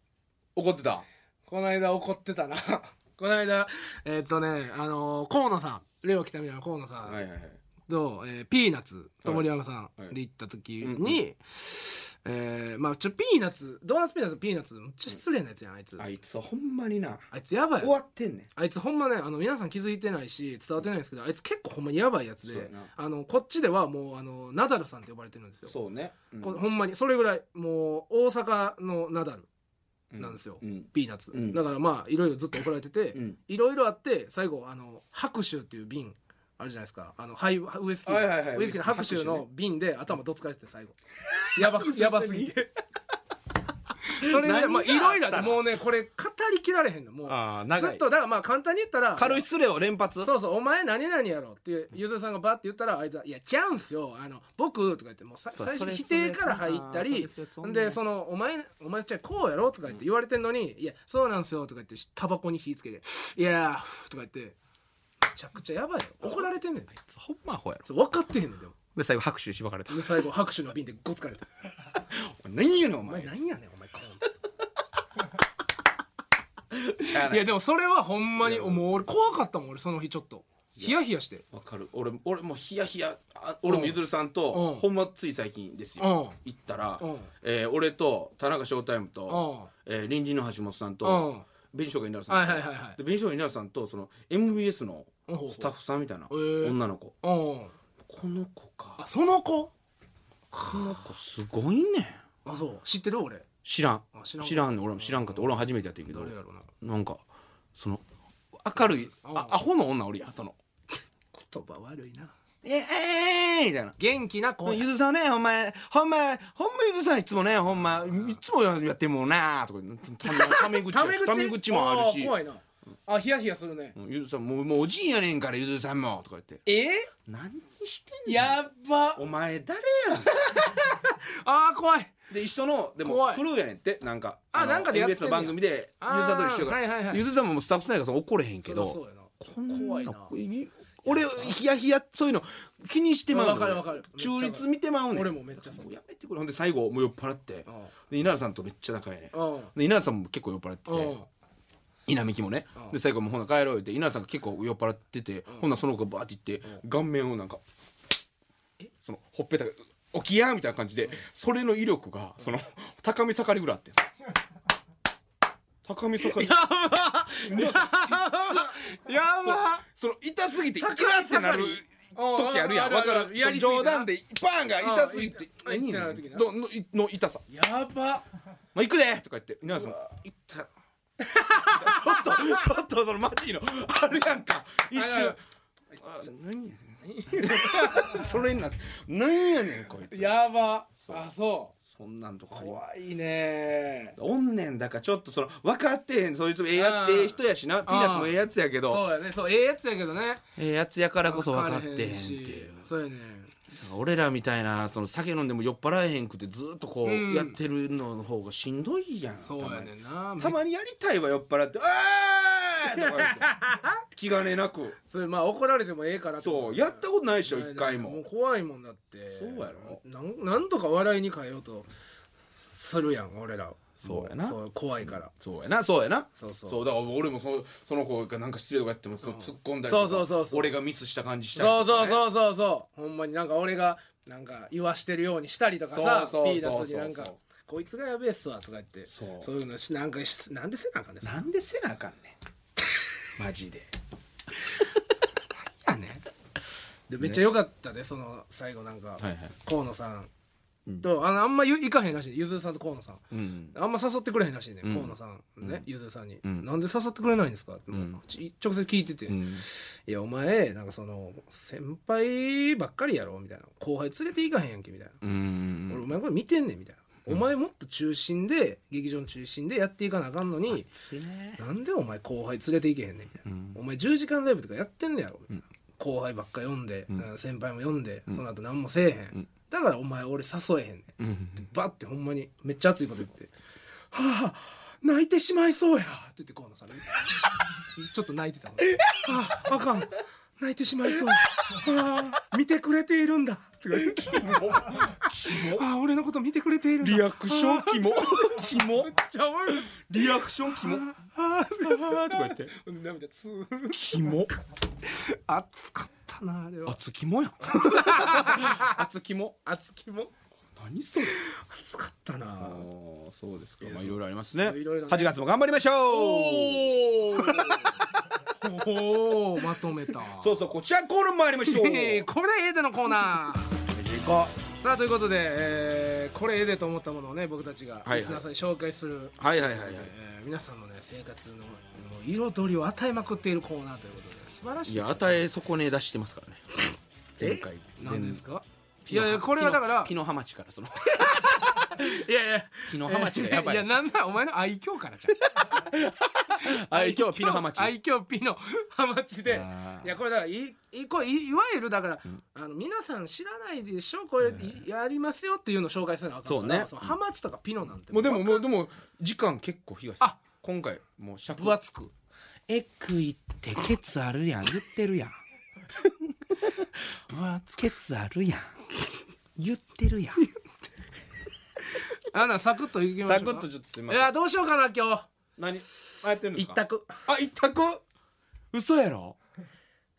[SPEAKER 3] 怒ってた
[SPEAKER 2] この間怒ってたな この間えっ、とねあのー河野さん令和北宮の河野さん
[SPEAKER 3] はいはいはい
[SPEAKER 2] と、えーピーナッツと森山さ
[SPEAKER 3] はい
[SPEAKER 2] んで行った時に、えーまあちょピーナッツドーナツピーナッツピーナッツめっちゃ失礼なやつやんあいつ、
[SPEAKER 3] あいつほんまにな
[SPEAKER 2] あいつやばい
[SPEAKER 3] 終わってんねん
[SPEAKER 2] あいつほんまねあの皆さん気づいてないし伝わってないんですけどあいつ結構ほんまやばいやつ
[SPEAKER 3] そうや
[SPEAKER 2] で
[SPEAKER 3] な
[SPEAKER 2] あのこっちではもうあのナダルさんって呼ばれてるんですよ、
[SPEAKER 3] そうねうん
[SPEAKER 2] こほんまにそれぐらいもう大阪のナダルなんですよ
[SPEAKER 3] うん
[SPEAKER 2] ピーナッツ、
[SPEAKER 3] うん
[SPEAKER 2] だからまあいろいろずっと怒られてて
[SPEAKER 3] うん
[SPEAKER 2] いろいろあって最後あの白州っていう瓶あるじゃないですかあのハイウイスキー、
[SPEAKER 3] はいはいはい
[SPEAKER 2] ウイスキーの白州
[SPEAKER 3] 白州ね
[SPEAKER 2] の瓶で頭どつかれてて最後やば やばすぎてそれでまあいろいろあってもうねこれ語りきられへんのもう
[SPEAKER 3] ああ
[SPEAKER 2] ず
[SPEAKER 3] 長
[SPEAKER 2] っ
[SPEAKER 3] い
[SPEAKER 2] とだからまあ簡単に言ったら
[SPEAKER 3] 軽い失礼を連発
[SPEAKER 2] そうそうお前何々やろってゆずるさんがバって言ったらあいつは「いやちゃうんすよあの僕」とか言ってもうさ
[SPEAKER 3] そう
[SPEAKER 2] 最
[SPEAKER 3] そ
[SPEAKER 2] 初
[SPEAKER 3] れ
[SPEAKER 2] 否定から
[SPEAKER 3] それ
[SPEAKER 2] 入ったり
[SPEAKER 3] それそれ
[SPEAKER 2] でその「お前お前じゃあこうやろ?」とか言って言われてんのに「いやそうなんすよ」とか言ってタバコに火つけて「いやー」とか言ってめちゃくちゃやばいよ怒られてんねん
[SPEAKER 3] ほんまアホやろ
[SPEAKER 2] そう分かってへんねんでも
[SPEAKER 3] で最後拍手でしばかれた
[SPEAKER 2] で最後拍手の瓶でごつかれ た
[SPEAKER 3] 何言うの
[SPEAKER 2] 「
[SPEAKER 3] お
[SPEAKER 2] お前
[SPEAKER 3] 前
[SPEAKER 2] 何やねんお前こう」
[SPEAKER 3] しゃあない
[SPEAKER 2] やでもそれはほんまにもう俺怖かったもん俺その日ちょっとヒヤヒヤして
[SPEAKER 3] わかる俺も俺もうヒヤヒヤあ俺もゆずるさんと
[SPEAKER 2] うん
[SPEAKER 3] ほんまつい最近ですよ
[SPEAKER 2] う
[SPEAKER 3] 行ったら
[SPEAKER 2] うん
[SPEAKER 3] えー俺と田中ショータイムと
[SPEAKER 2] う
[SPEAKER 3] えー隣人の橋本さん
[SPEAKER 2] う
[SPEAKER 3] と
[SPEAKER 2] ん
[SPEAKER 3] 紅しょうが稲田さんと
[SPEAKER 2] はいはいはいはい
[SPEAKER 3] で紅しょうが稲田さんとその MBS の
[SPEAKER 2] ほうほう
[SPEAKER 3] スタッフさんみたいな
[SPEAKER 2] へー
[SPEAKER 3] 女の子
[SPEAKER 2] うん
[SPEAKER 3] この子か
[SPEAKER 2] あその子
[SPEAKER 3] この子すごいねん
[SPEAKER 2] あそう知ってる俺
[SPEAKER 3] 知らん
[SPEAKER 2] あ知らん
[SPEAKER 3] 知らんねん俺も知らんかった俺も初めてやってんけど
[SPEAKER 2] 誰やろうな
[SPEAKER 3] なんかその明るいあ
[SPEAKER 2] うん
[SPEAKER 3] アホの女おるやんその
[SPEAKER 2] 言葉悪いな
[SPEAKER 3] 「ええー!」みたいな
[SPEAKER 2] 元気な子
[SPEAKER 3] ゆずさんね、ほんま、ほんま、ほんまゆずさんいつもね、ほんま、いつもやってるもんなとか、ためため口やし、ため口もあるし。
[SPEAKER 2] 怖いなあヒヤヒヤするね
[SPEAKER 3] うんゆずさん、もう、もうおじいやねんから、ゆずさんもとか言って。
[SPEAKER 2] え
[SPEAKER 3] 何して
[SPEAKER 2] ー、
[SPEAKER 3] んねん。
[SPEAKER 2] やっば
[SPEAKER 3] お前誰やん。
[SPEAKER 2] あー怖い
[SPEAKER 3] で、一緒の、でも
[SPEAKER 2] 怖、い
[SPEAKER 3] クルーやねんって、なんか。
[SPEAKER 2] あ
[SPEAKER 3] の
[SPEAKER 2] なんかでやってんね
[SPEAKER 3] MBS
[SPEAKER 2] や
[SPEAKER 3] の番組で、ゆ
[SPEAKER 2] あー
[SPEAKER 3] ずさんと一緒やか
[SPEAKER 2] はいはいは
[SPEAKER 3] ら。
[SPEAKER 2] い
[SPEAKER 3] ゆずさんももうスタッフさんやから、その怒れへんけど。
[SPEAKER 2] そりゃそうやな
[SPEAKER 3] こん
[SPEAKER 2] 怖いな
[SPEAKER 3] 俺、ヒヤヒヤ、そういうの、気にしてまうの。
[SPEAKER 2] わかるわかる
[SPEAKER 3] 中立見てまうねん。
[SPEAKER 2] 俺もめっちゃそう
[SPEAKER 3] やめてくれほんで最後もう酔っ払って
[SPEAKER 2] あ
[SPEAKER 3] で稲田さんとめっちゃ仲いいね
[SPEAKER 2] あ
[SPEAKER 3] で稲田さんも結構酔っ払って
[SPEAKER 2] うん
[SPEAKER 3] て稲美希もね
[SPEAKER 2] うん
[SPEAKER 3] で最後もうほな帰ろう言って稲田さんが結構酔っ払っててほんならその子がバーって言って顔面をなんかそのほっぺたが「起きや!」みたいな感じでそれの威力がその高見盛りぐらいあってさ高見盛り
[SPEAKER 2] やば
[SPEAKER 3] その痛すぎてイラってなる時あるやん
[SPEAKER 2] うん
[SPEAKER 3] わ
[SPEAKER 2] あるあ
[SPEAKER 3] か
[SPEAKER 2] るある
[SPEAKER 3] る
[SPEAKER 2] やりす
[SPEAKER 3] そ
[SPEAKER 2] ぎて
[SPEAKER 3] の冗
[SPEAKER 2] な
[SPEAKER 3] 談でバーンが痛すぎて
[SPEAKER 2] うん痛いっ
[SPEAKER 3] 何やねん
[SPEAKER 2] てなる時な
[SPEAKER 3] どのいの痛さ
[SPEAKER 2] やば
[SPEAKER 3] まあ、行くでとか言って稲田さん「行った」ちょっとちょっとそのマジのあるやんか一瞬あ何やねん それになって何やねんこいつ
[SPEAKER 2] やばあそ
[SPEAKER 3] そんなんとか
[SPEAKER 2] う怖いね
[SPEAKER 3] おんねんだからちょっとその分かってへんそいつもええやええ人やしなピーナッツもええやつやけど
[SPEAKER 2] そうやねそうええやつやけどね
[SPEAKER 3] ええやつやからこそ分かってへんって
[SPEAKER 2] わ
[SPEAKER 3] い
[SPEAKER 2] し
[SPEAKER 3] う
[SPEAKER 2] そうやね
[SPEAKER 3] 俺らみたいなその酒飲んでも酔っ払えへんくてずっとこ
[SPEAKER 2] うん
[SPEAKER 3] うやってるのの方がしんどいやん
[SPEAKER 2] そうやねんな
[SPEAKER 3] たまにやりたいわ酔っ払って「あー!」とか言って気兼ねなく
[SPEAKER 2] それまあ怒られてもええからって
[SPEAKER 3] そうやったことないでしょ一回
[SPEAKER 2] もう
[SPEAKER 3] も
[SPEAKER 2] 怖いもんだって
[SPEAKER 3] そうやろ
[SPEAKER 2] なんなんとか笑いに変えようとするやん俺ら
[SPEAKER 3] そうやな
[SPEAKER 2] そう怖いから、
[SPEAKER 3] そうやなそうやな
[SPEAKER 2] そうそう
[SPEAKER 3] だから俺もそその子がなんか失礼とかやってもその突っ込んだり
[SPEAKER 2] そ
[SPEAKER 3] とか
[SPEAKER 2] うそうそうそう
[SPEAKER 3] 俺がミスした感じしたりとか
[SPEAKER 2] そう
[SPEAKER 3] ね
[SPEAKER 2] そうそうそうそうほんまになんか俺がなんか言わしてるようにしたりとかさ
[SPEAKER 3] そうそうそう
[SPEAKER 2] ピーナ
[SPEAKER 3] そ
[SPEAKER 2] ッ
[SPEAKER 3] う
[SPEAKER 2] ツになんか
[SPEAKER 3] そう
[SPEAKER 2] 「こいつがやべえっすわ」とか言って
[SPEAKER 3] そう
[SPEAKER 2] いうのしなんかしなんでせなあかんねんそれ
[SPEAKER 3] なんでせなあかんね んマジで
[SPEAKER 2] やねん でめっちゃ良かったでその最後なんか、
[SPEAKER 3] はいはい
[SPEAKER 2] 河野さんとあのあんまゆ行かへんらしいゆずるさんと河野さん
[SPEAKER 3] うん
[SPEAKER 2] あんま誘ってくれへんらしいね、河野さんね、ゆずるさんに、
[SPEAKER 3] ん
[SPEAKER 2] なんで誘ってくれないんですか?」って、ち直接聞いてて「
[SPEAKER 3] ん
[SPEAKER 2] いやお前なんかその先輩ばっかりやろ」みたいな「後輩連れて行かへんやんけ」みたいな
[SPEAKER 3] う
[SPEAKER 2] 「
[SPEAKER 3] ん
[SPEAKER 2] 俺お前これ見てんねん」みたいな「お前もっと中心で劇場の中心でやっていかなあかんのに、
[SPEAKER 3] ついね
[SPEAKER 2] なんでお前後輩連れて行けへんねん」みたいな、お前10時間ライブとかやってんねやろ」みたいな、後輩ばっか読んで、うん先輩も読んで、その後何もせえへん、だからお前俺誘えへんねん」
[SPEAKER 3] うん
[SPEAKER 2] バッてほんまにめっちゃ熱いこと言って「はあ
[SPEAKER 4] 泣いてしまいそうや
[SPEAKER 2] って言って河 野さんねちょっと泣いてたの
[SPEAKER 4] ああかん泣いてしまいそうあー見てくれているんだとか言ってあー俺のこと見てくれているんだ
[SPEAKER 3] リアクション キモキモ
[SPEAKER 4] ちゃ悪い
[SPEAKER 3] リアクションキ モ
[SPEAKER 4] あ
[SPEAKER 3] あーとか言って
[SPEAKER 4] ー涙つー
[SPEAKER 3] キモ
[SPEAKER 4] 熱かったなあれは
[SPEAKER 3] 熱キモやん熱キモ
[SPEAKER 4] 熱きも
[SPEAKER 3] 何それ
[SPEAKER 4] 熱かった
[SPEAKER 3] あ
[SPEAKER 4] な
[SPEAKER 3] ーそうですかまあいろいろありますね
[SPEAKER 4] いろいろね
[SPEAKER 3] 8月も頑張りましょう
[SPEAKER 2] おおまとめた
[SPEAKER 3] そうそうこちらコール参りましょう
[SPEAKER 2] これええでのコーナー
[SPEAKER 3] こ
[SPEAKER 2] さあということで、えーこれええでと思ったものをね僕たちが
[SPEAKER 3] いはい
[SPEAKER 2] リスナーさんに紹介する、
[SPEAKER 3] うはいはいはいはい
[SPEAKER 2] えー皆さんのね生活のもう彩りを与えまくっているコーナーということで素晴らしい
[SPEAKER 3] い
[SPEAKER 2] です
[SPEAKER 3] や与え損ね出してますからね前回
[SPEAKER 2] 何ですかい
[SPEAKER 3] 前
[SPEAKER 2] やいやこれはだから
[SPEAKER 3] ピノハマチからその
[SPEAKER 2] いやいや
[SPEAKER 3] ピノハマチがやばい
[SPEAKER 2] いやなんなお前の愛嬌からじゃん
[SPEAKER 3] あ今日ピノハマチ
[SPEAKER 2] 愛嬌ピノハマチで
[SPEAKER 3] あー
[SPEAKER 2] いやこれだからいいこれいいわゆるだから、あの皆さん知らないでしょこれ、いやりますよっていうのを紹介するのはあかんから
[SPEAKER 3] そうね
[SPEAKER 2] のハマチとかピノなんて
[SPEAKER 3] もうでももうでも時間結構東さん
[SPEAKER 2] あ
[SPEAKER 3] 今回もう尺
[SPEAKER 2] 分厚く
[SPEAKER 3] えくいってケツあるやん言って るやん
[SPEAKER 2] 分厚
[SPEAKER 3] ケツあるやん言ってるやん
[SPEAKER 2] くあなサクッといきましょう
[SPEAKER 3] サ
[SPEAKER 2] か
[SPEAKER 3] クッとちょっとすいま
[SPEAKER 2] い
[SPEAKER 3] せん
[SPEAKER 2] やどうしようかな今日
[SPEAKER 3] 何あやってるんです
[SPEAKER 2] 一
[SPEAKER 3] か
[SPEAKER 2] 択
[SPEAKER 3] あ一択嘘やろ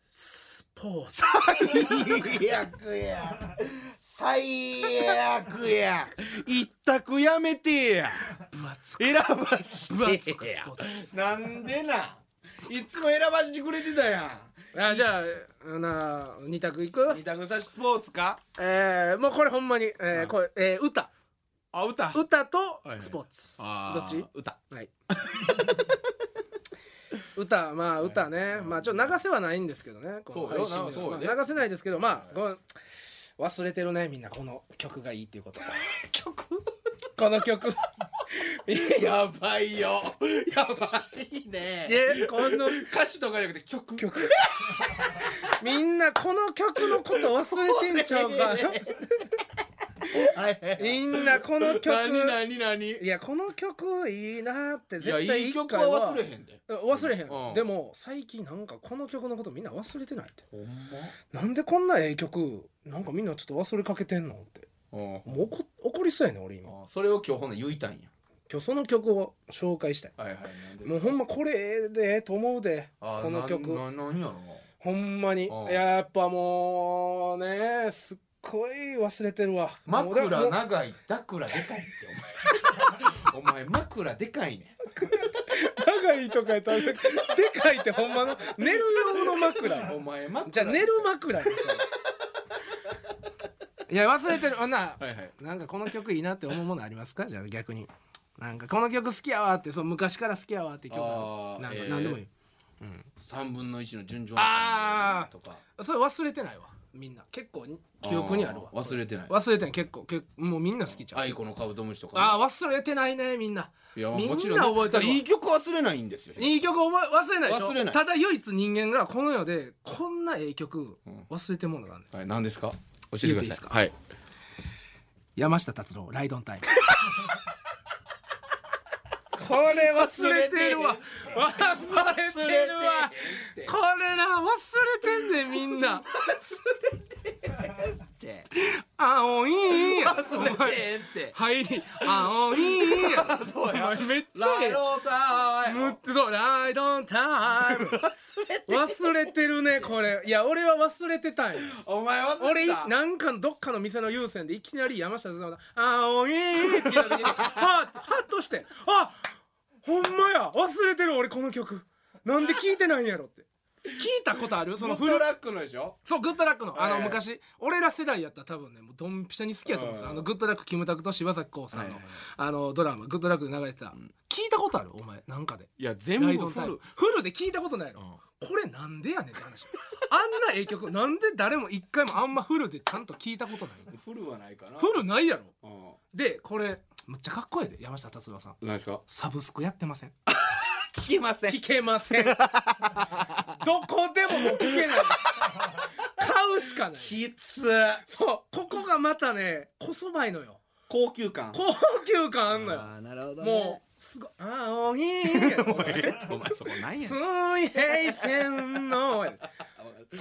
[SPEAKER 2] スポーツ
[SPEAKER 3] 最悪や最悪や一択やめてや
[SPEAKER 2] 分厚く
[SPEAKER 3] 選ば
[SPEAKER 2] 分
[SPEAKER 3] し
[SPEAKER 2] 厚
[SPEAKER 3] て
[SPEAKER 2] くスポーツ
[SPEAKER 3] やなんでないつも選ばしてくれてたや
[SPEAKER 2] あじゃああな二択いく
[SPEAKER 3] ん二択さスポーツか
[SPEAKER 2] えー、もうこれほんまに、えーこれえー、歌
[SPEAKER 3] あ歌
[SPEAKER 2] 歌と
[SPEAKER 3] はい
[SPEAKER 2] スポーツ、
[SPEAKER 3] あー
[SPEAKER 2] どっち
[SPEAKER 3] 歌
[SPEAKER 2] はい 歌まあ歌ね、まあちょっと流せはないんですけどねこの
[SPEAKER 3] そう
[SPEAKER 2] 配
[SPEAKER 3] よ
[SPEAKER 2] 信では
[SPEAKER 3] そうよね
[SPEAKER 2] まあ流せないですけどまあこの忘れてるねみんなこの曲がいいっていう こと曲この 曲
[SPEAKER 3] やばいよやばいね
[SPEAKER 2] でこの
[SPEAKER 3] 歌詞とかじゃなくて曲曲
[SPEAKER 2] みんなこの曲のこと忘れてんちゃうかみんなこの曲
[SPEAKER 3] 何何何
[SPEAKER 2] いやこの曲いいなって
[SPEAKER 3] いや
[SPEAKER 2] 絶対
[SPEAKER 3] いい
[SPEAKER 2] 一
[SPEAKER 3] 曲
[SPEAKER 2] 回
[SPEAKER 3] は
[SPEAKER 2] は
[SPEAKER 3] 忘れへんで
[SPEAKER 2] 忘れへん、
[SPEAKER 3] うん
[SPEAKER 2] でも最近なんかこの曲のことみんな忘れてないって
[SPEAKER 3] ほん
[SPEAKER 2] なんでこんなええ曲なんかみんなちょっと忘れかけてんのって
[SPEAKER 3] ま
[SPEAKER 2] もう怒怒りそうやねん俺今
[SPEAKER 3] それを今日ほんなら言いたいんや
[SPEAKER 2] 今日その曲を紹介したい
[SPEAKER 3] はいはいなんです
[SPEAKER 2] もうほんまこれええでええと思うで
[SPEAKER 3] あー
[SPEAKER 2] この曲
[SPEAKER 3] なななんやろな
[SPEAKER 2] ほんまに
[SPEAKER 3] うん
[SPEAKER 2] やっぱもうねすっごい忘れてるわもうだ
[SPEAKER 3] 枕
[SPEAKER 2] もう
[SPEAKER 3] 長い枕でかいって お前お前枕でかいね
[SPEAKER 2] 長いとかやったらでかいってほんまの寝る用の枕
[SPEAKER 3] お前枕
[SPEAKER 2] じゃあ寝る枕 にさいや忘れてるほんな
[SPEAKER 3] はいはい
[SPEAKER 2] なんかこの曲いいなって思うものありますかじゃあ逆になんかこの曲好きやわってそう昔から好きやわって曲ある
[SPEAKER 3] あー
[SPEAKER 2] なんか、
[SPEAKER 3] えー
[SPEAKER 2] なんでもいい
[SPEAKER 3] 3分の1の順序
[SPEAKER 2] あー
[SPEAKER 3] とか
[SPEAKER 2] それ忘れてないわみんな結構に記憶にあるわ
[SPEAKER 3] ー忘れてない
[SPEAKER 2] 忘れてない結構結構もうみんな好きじゃん
[SPEAKER 3] アイコのカブトムシとかね
[SPEAKER 2] ああ忘れてないねみんない
[SPEAKER 3] や
[SPEAKER 2] みんな
[SPEAKER 3] もちろんね
[SPEAKER 2] 覚えて
[SPEAKER 3] だ
[SPEAKER 2] る
[SPEAKER 3] から
[SPEAKER 2] わ
[SPEAKER 3] いい曲忘れないんですよ
[SPEAKER 2] いい曲覚え忘れないでしょ
[SPEAKER 3] 忘れない
[SPEAKER 2] ただ唯一人間がこの世でこんなええ曲忘れてるものがあるねん
[SPEAKER 3] はい何ですか教えて
[SPEAKER 2] 言っ
[SPEAKER 3] くだ
[SPEAKER 2] ていいで
[SPEAKER 3] さ
[SPEAKER 2] す
[SPEAKER 3] い
[SPEAKER 2] か
[SPEAKER 3] はい
[SPEAKER 2] 山下達郎ライドオンタイムこれ忘れてるわ忘れてるわこれな忘れてんねんみん な
[SPEAKER 3] って
[SPEAKER 2] 青いや
[SPEAKER 3] 忘れてんって
[SPEAKER 2] 入り青いや
[SPEAKER 3] そうや
[SPEAKER 2] お前めっちゃ
[SPEAKER 3] ラ
[SPEAKER 2] え
[SPEAKER 3] イドタ
[SPEAKER 2] え
[SPEAKER 3] イ
[SPEAKER 2] むっ
[SPEAKER 3] ム
[SPEAKER 2] そうライドオンタ イム忘れてるねこれいや俺は忘れてたんよ
[SPEAKER 3] お前忘れた
[SPEAKER 2] 俺いなんかどっかの店の優先でいきなり山下達郎の「あおいー」って聞いた時にハッハッとして「あほんまや忘れてる俺この曲なんで聞いてないんやろ」って聞いたことあるその
[SPEAKER 3] フ
[SPEAKER 2] 古
[SPEAKER 3] ルラックのでしょ
[SPEAKER 2] そうグッドラックのあ
[SPEAKER 3] は
[SPEAKER 2] の
[SPEAKER 3] いはい
[SPEAKER 2] 昔俺ら世代やったら多分ねもうドンピシャに好きやと思うんですよ
[SPEAKER 3] う
[SPEAKER 2] あ
[SPEAKER 3] ん
[SPEAKER 2] のグッドラックキムタクと柴咲コウさんの
[SPEAKER 3] はいはい
[SPEAKER 2] あのドラマ「グッドラック」で流れてた聞いたことあるお前なんかで。
[SPEAKER 3] いや全
[SPEAKER 2] ライ
[SPEAKER 3] 部
[SPEAKER 2] ド
[SPEAKER 3] フ
[SPEAKER 2] フル
[SPEAKER 3] ル
[SPEAKER 2] フルで聞いたことないやろ、これなんでやねんって話あんなええ曲なんで誰も一回もあんまフルでちゃんと聞いたことないの
[SPEAKER 3] フルはないかな
[SPEAKER 2] フルないやろ
[SPEAKER 3] うん
[SPEAKER 2] でこれむっちゃかっこいいで山下達郎さん
[SPEAKER 3] 何ですか
[SPEAKER 2] サブスクやってません
[SPEAKER 3] 聞きませ
[SPEAKER 2] 聞けま せんどこでももう聞けないです買うしかない
[SPEAKER 3] きつ
[SPEAKER 2] そうここがまたねこそばいのよ
[SPEAKER 3] 高級感
[SPEAKER 2] 高級感あんのよ
[SPEAKER 5] あーなるほどね
[SPEAKER 2] もうすごい青い
[SPEAKER 3] お前そこないやん
[SPEAKER 2] 水平線 の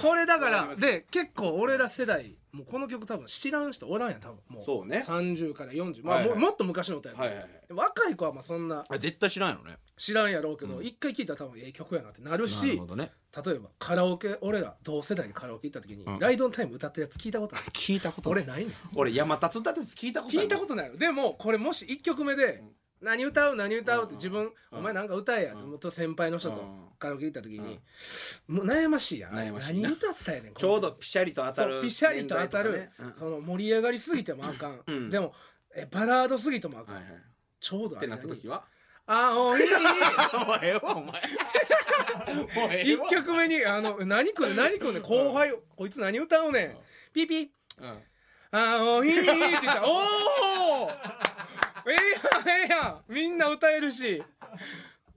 [SPEAKER 2] これだからで結構俺ら世代もうこの曲多分知らん人おらんやん多分もう
[SPEAKER 3] そうね
[SPEAKER 2] 30から40まあ
[SPEAKER 3] はいはい
[SPEAKER 2] ももっと昔の歌や
[SPEAKER 3] はい
[SPEAKER 2] ね
[SPEAKER 3] はいはい
[SPEAKER 2] 若い子はまあそんな
[SPEAKER 3] あ絶対知らんよね
[SPEAKER 2] 知らんやろうけど一回聴いたら多分ええ曲やなってなるし
[SPEAKER 3] どね
[SPEAKER 2] 例えばカラオケ俺ら同世代にカラオケ行った時に「
[SPEAKER 3] ん
[SPEAKER 2] ライドオンタイム」歌ってるやつ聞いたこと ない
[SPEAKER 3] 聞いたこと
[SPEAKER 2] 俺
[SPEAKER 3] 俺
[SPEAKER 2] ないねん
[SPEAKER 3] 俺山立つだって聞いたこと
[SPEAKER 2] 聞いたことないよでもこれもし1曲目で「何歌う何歌う」って自分「お前なんか歌えや」ってもっと先輩の人と
[SPEAKER 3] うん
[SPEAKER 2] カラオケ行った時にもう悩ましいやん
[SPEAKER 3] 悩ましい
[SPEAKER 2] 何
[SPEAKER 3] な
[SPEAKER 2] 歌ったやねん
[SPEAKER 3] ちょうどピシャリと当た
[SPEAKER 2] そう
[SPEAKER 3] る
[SPEAKER 2] ピシャリと当た
[SPEAKER 3] 年代
[SPEAKER 2] る
[SPEAKER 3] とかね
[SPEAKER 2] その盛り上がりすぎてもあか
[SPEAKER 3] うん
[SPEAKER 2] んでもえバラードすぎてもあ
[SPEAKER 3] うん
[SPEAKER 2] か
[SPEAKER 3] はい
[SPEAKER 2] ん
[SPEAKER 3] はい
[SPEAKER 2] ちょうど
[SPEAKER 3] っ
[SPEAKER 2] あ
[SPEAKER 3] て
[SPEAKER 2] れ
[SPEAKER 3] なった時は
[SPEAKER 2] 青い
[SPEAKER 3] もうええわお前もうええ
[SPEAKER 2] 1曲目にあの何くん何くんねん後輩こいつ何歌うねんピピ
[SPEAKER 3] わ
[SPEAKER 2] 青いって言ったら「おおええやんええやんみんな歌えるし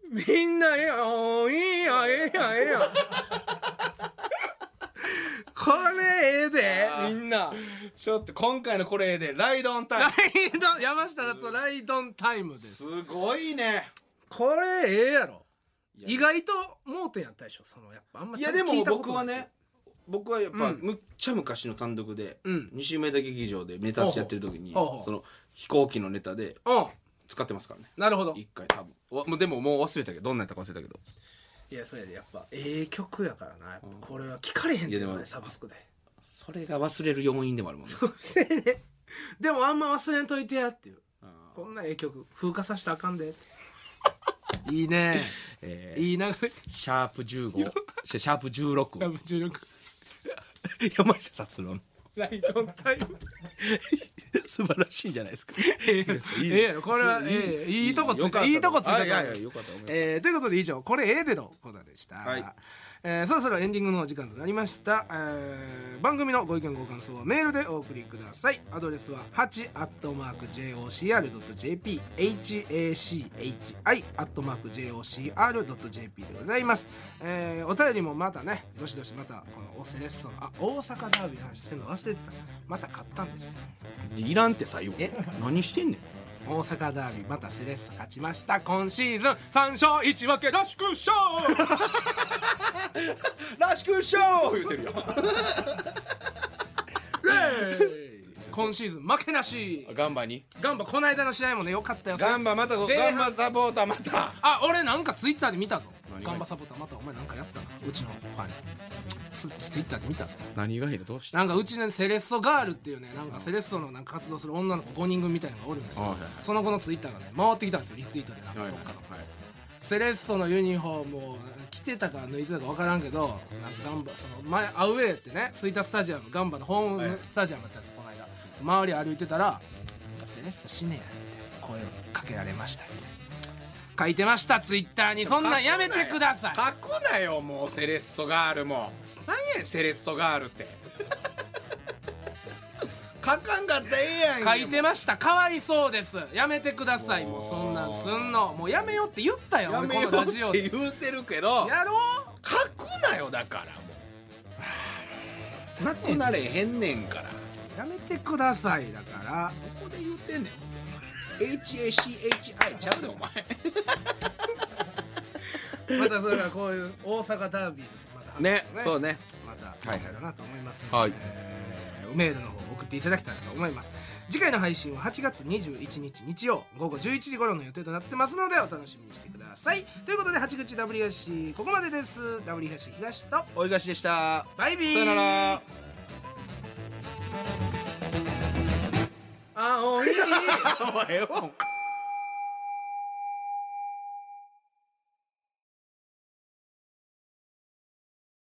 [SPEAKER 2] みんなええやん青いやんええやんええやん」これええでみんな
[SPEAKER 3] ちょっと今回のこれでライドオンタイム
[SPEAKER 2] イドン山下達郎ライドンタイムです
[SPEAKER 3] すごいね
[SPEAKER 2] これええやろ意外と盲点やったでしょそのやっぱあんま
[SPEAKER 3] い
[SPEAKER 2] ちゃ
[SPEAKER 3] や
[SPEAKER 2] んと聞
[SPEAKER 3] でも
[SPEAKER 2] いたこと
[SPEAKER 3] 僕は
[SPEAKER 2] ない
[SPEAKER 3] ね僕はやっぱ、
[SPEAKER 2] うん
[SPEAKER 3] むっちゃ昔の単独で、
[SPEAKER 2] うん
[SPEAKER 3] 西梅田劇場でネタしやってる時に
[SPEAKER 2] ほうほうほうほう
[SPEAKER 3] その飛行機のネタで
[SPEAKER 2] うん
[SPEAKER 3] 使ってますからね
[SPEAKER 2] なるほど
[SPEAKER 3] 一回多分わもうでももう忘れたけどどんなやったか忘れたけど
[SPEAKER 2] いやそれでやっぱええ曲やからなやっぱこれは聞かれへんっていうの
[SPEAKER 3] いやで
[SPEAKER 2] ね
[SPEAKER 3] も
[SPEAKER 2] サブスクで
[SPEAKER 3] それが忘れる要因でもあるもんね
[SPEAKER 2] せやねでもあんま忘れんといてやっていう
[SPEAKER 3] あ
[SPEAKER 2] こんなええ曲風化させたらあか んでいいね
[SPEAKER 3] えー
[SPEAKER 2] いい流れ
[SPEAKER 3] シャープ15シャープ16
[SPEAKER 2] 16
[SPEAKER 3] 山下達郎の
[SPEAKER 2] ライトンタイム
[SPEAKER 3] 素晴らしいんじゃないですか
[SPEAKER 2] ええやろこれはええいいとこついたいいとこついた
[SPEAKER 3] はい
[SPEAKER 2] か
[SPEAKER 3] は
[SPEAKER 2] ら
[SPEAKER 3] いはいよかったおめでとう
[SPEAKER 2] えーということで以上「これええで」のコーナーでした、
[SPEAKER 3] はい
[SPEAKER 2] えーそろそろエンディングのお時間となりました、えー番組のご意見ご感想はメールでお送りくださいアドレスは 8-jocr.jp hachi-jocr.jp でございます、えーお便りもまたねどしどしまたこのオセレッソンあ大阪ダービーの話せんの忘れてたまた買ったんです
[SPEAKER 3] いらんって最後何してんねん
[SPEAKER 2] 大阪ダービーまたセレッソ勝ちました今シーズン3勝1分けらしくしょー
[SPEAKER 3] らしくしょう言うてるよ
[SPEAKER 2] 今シーズン負けなし
[SPEAKER 3] ガンバに
[SPEAKER 2] ガンバこの間の試合もねよかったよ
[SPEAKER 3] ガンバまたこ
[SPEAKER 2] 前
[SPEAKER 3] ガ
[SPEAKER 2] 半
[SPEAKER 3] ンバサポーターまた
[SPEAKER 2] あ俺なんかツイッターで見たぞ
[SPEAKER 3] 何が
[SPEAKER 2] ガンバサポーターまたお前なんかやったなうちのファンにツツイッターで見たぞ
[SPEAKER 3] 何がいいのどうして
[SPEAKER 2] なんかうちのセレッソガールっていうねなんかセレッソのなんか活動する女の子5人組みたいなのがおるんですけ
[SPEAKER 3] あ
[SPEAKER 2] ど
[SPEAKER 3] はいはい
[SPEAKER 2] その子のツイッターがね回ってきたんですよリツイートでなんか
[SPEAKER 3] はい
[SPEAKER 2] ど
[SPEAKER 3] は
[SPEAKER 2] っ
[SPEAKER 3] い
[SPEAKER 2] かのセレッソのユニフォームを着てたか抜いてたか分からんけどなんかガンバその前アウェーってね吹田スタジアムガンバのホームスタジアムだったんですこの間周り歩いてたら「セレッソしねえや」みたいな声をかけられましたみたいな書いてましたツイッターにそんなんやめてください
[SPEAKER 3] 書くなよもうセレッソガールも何やねんセレッソガー ルって書かんかったらええ
[SPEAKER 2] 書
[SPEAKER 3] や
[SPEAKER 2] い
[SPEAKER 3] ん
[SPEAKER 2] てましたかわいそうですやめてくださいもうそんなんすんのもうやめようって言ったよ
[SPEAKER 3] や
[SPEAKER 2] 俺
[SPEAKER 3] めよ
[SPEAKER 2] このラジ
[SPEAKER 3] う
[SPEAKER 2] オ
[SPEAKER 3] っ
[SPEAKER 2] で
[SPEAKER 3] て言うてるけど
[SPEAKER 2] やろう
[SPEAKER 3] 書くなよだからもう書くなれへんねんから
[SPEAKER 2] やめてくださいだから
[SPEAKER 3] ここで言ってんねん HACHI ちゃうでお前
[SPEAKER 2] またそれがこういう大阪ダービーとかまた
[SPEAKER 3] ねそうね
[SPEAKER 2] また
[SPEAKER 3] はい
[SPEAKER 2] 考えたなと思いますので、
[SPEAKER 3] はい
[SPEAKER 2] えーメールの方送っていただきたいと思います次回の配信は8月21日日曜午後11時頃の予定となってますのでお楽しみにしてくださいということで八口 W 東ここまでです W 東東と
[SPEAKER 3] おいがしでした
[SPEAKER 2] バイビー
[SPEAKER 3] さよなら
[SPEAKER 2] 青い
[SPEAKER 3] お前よ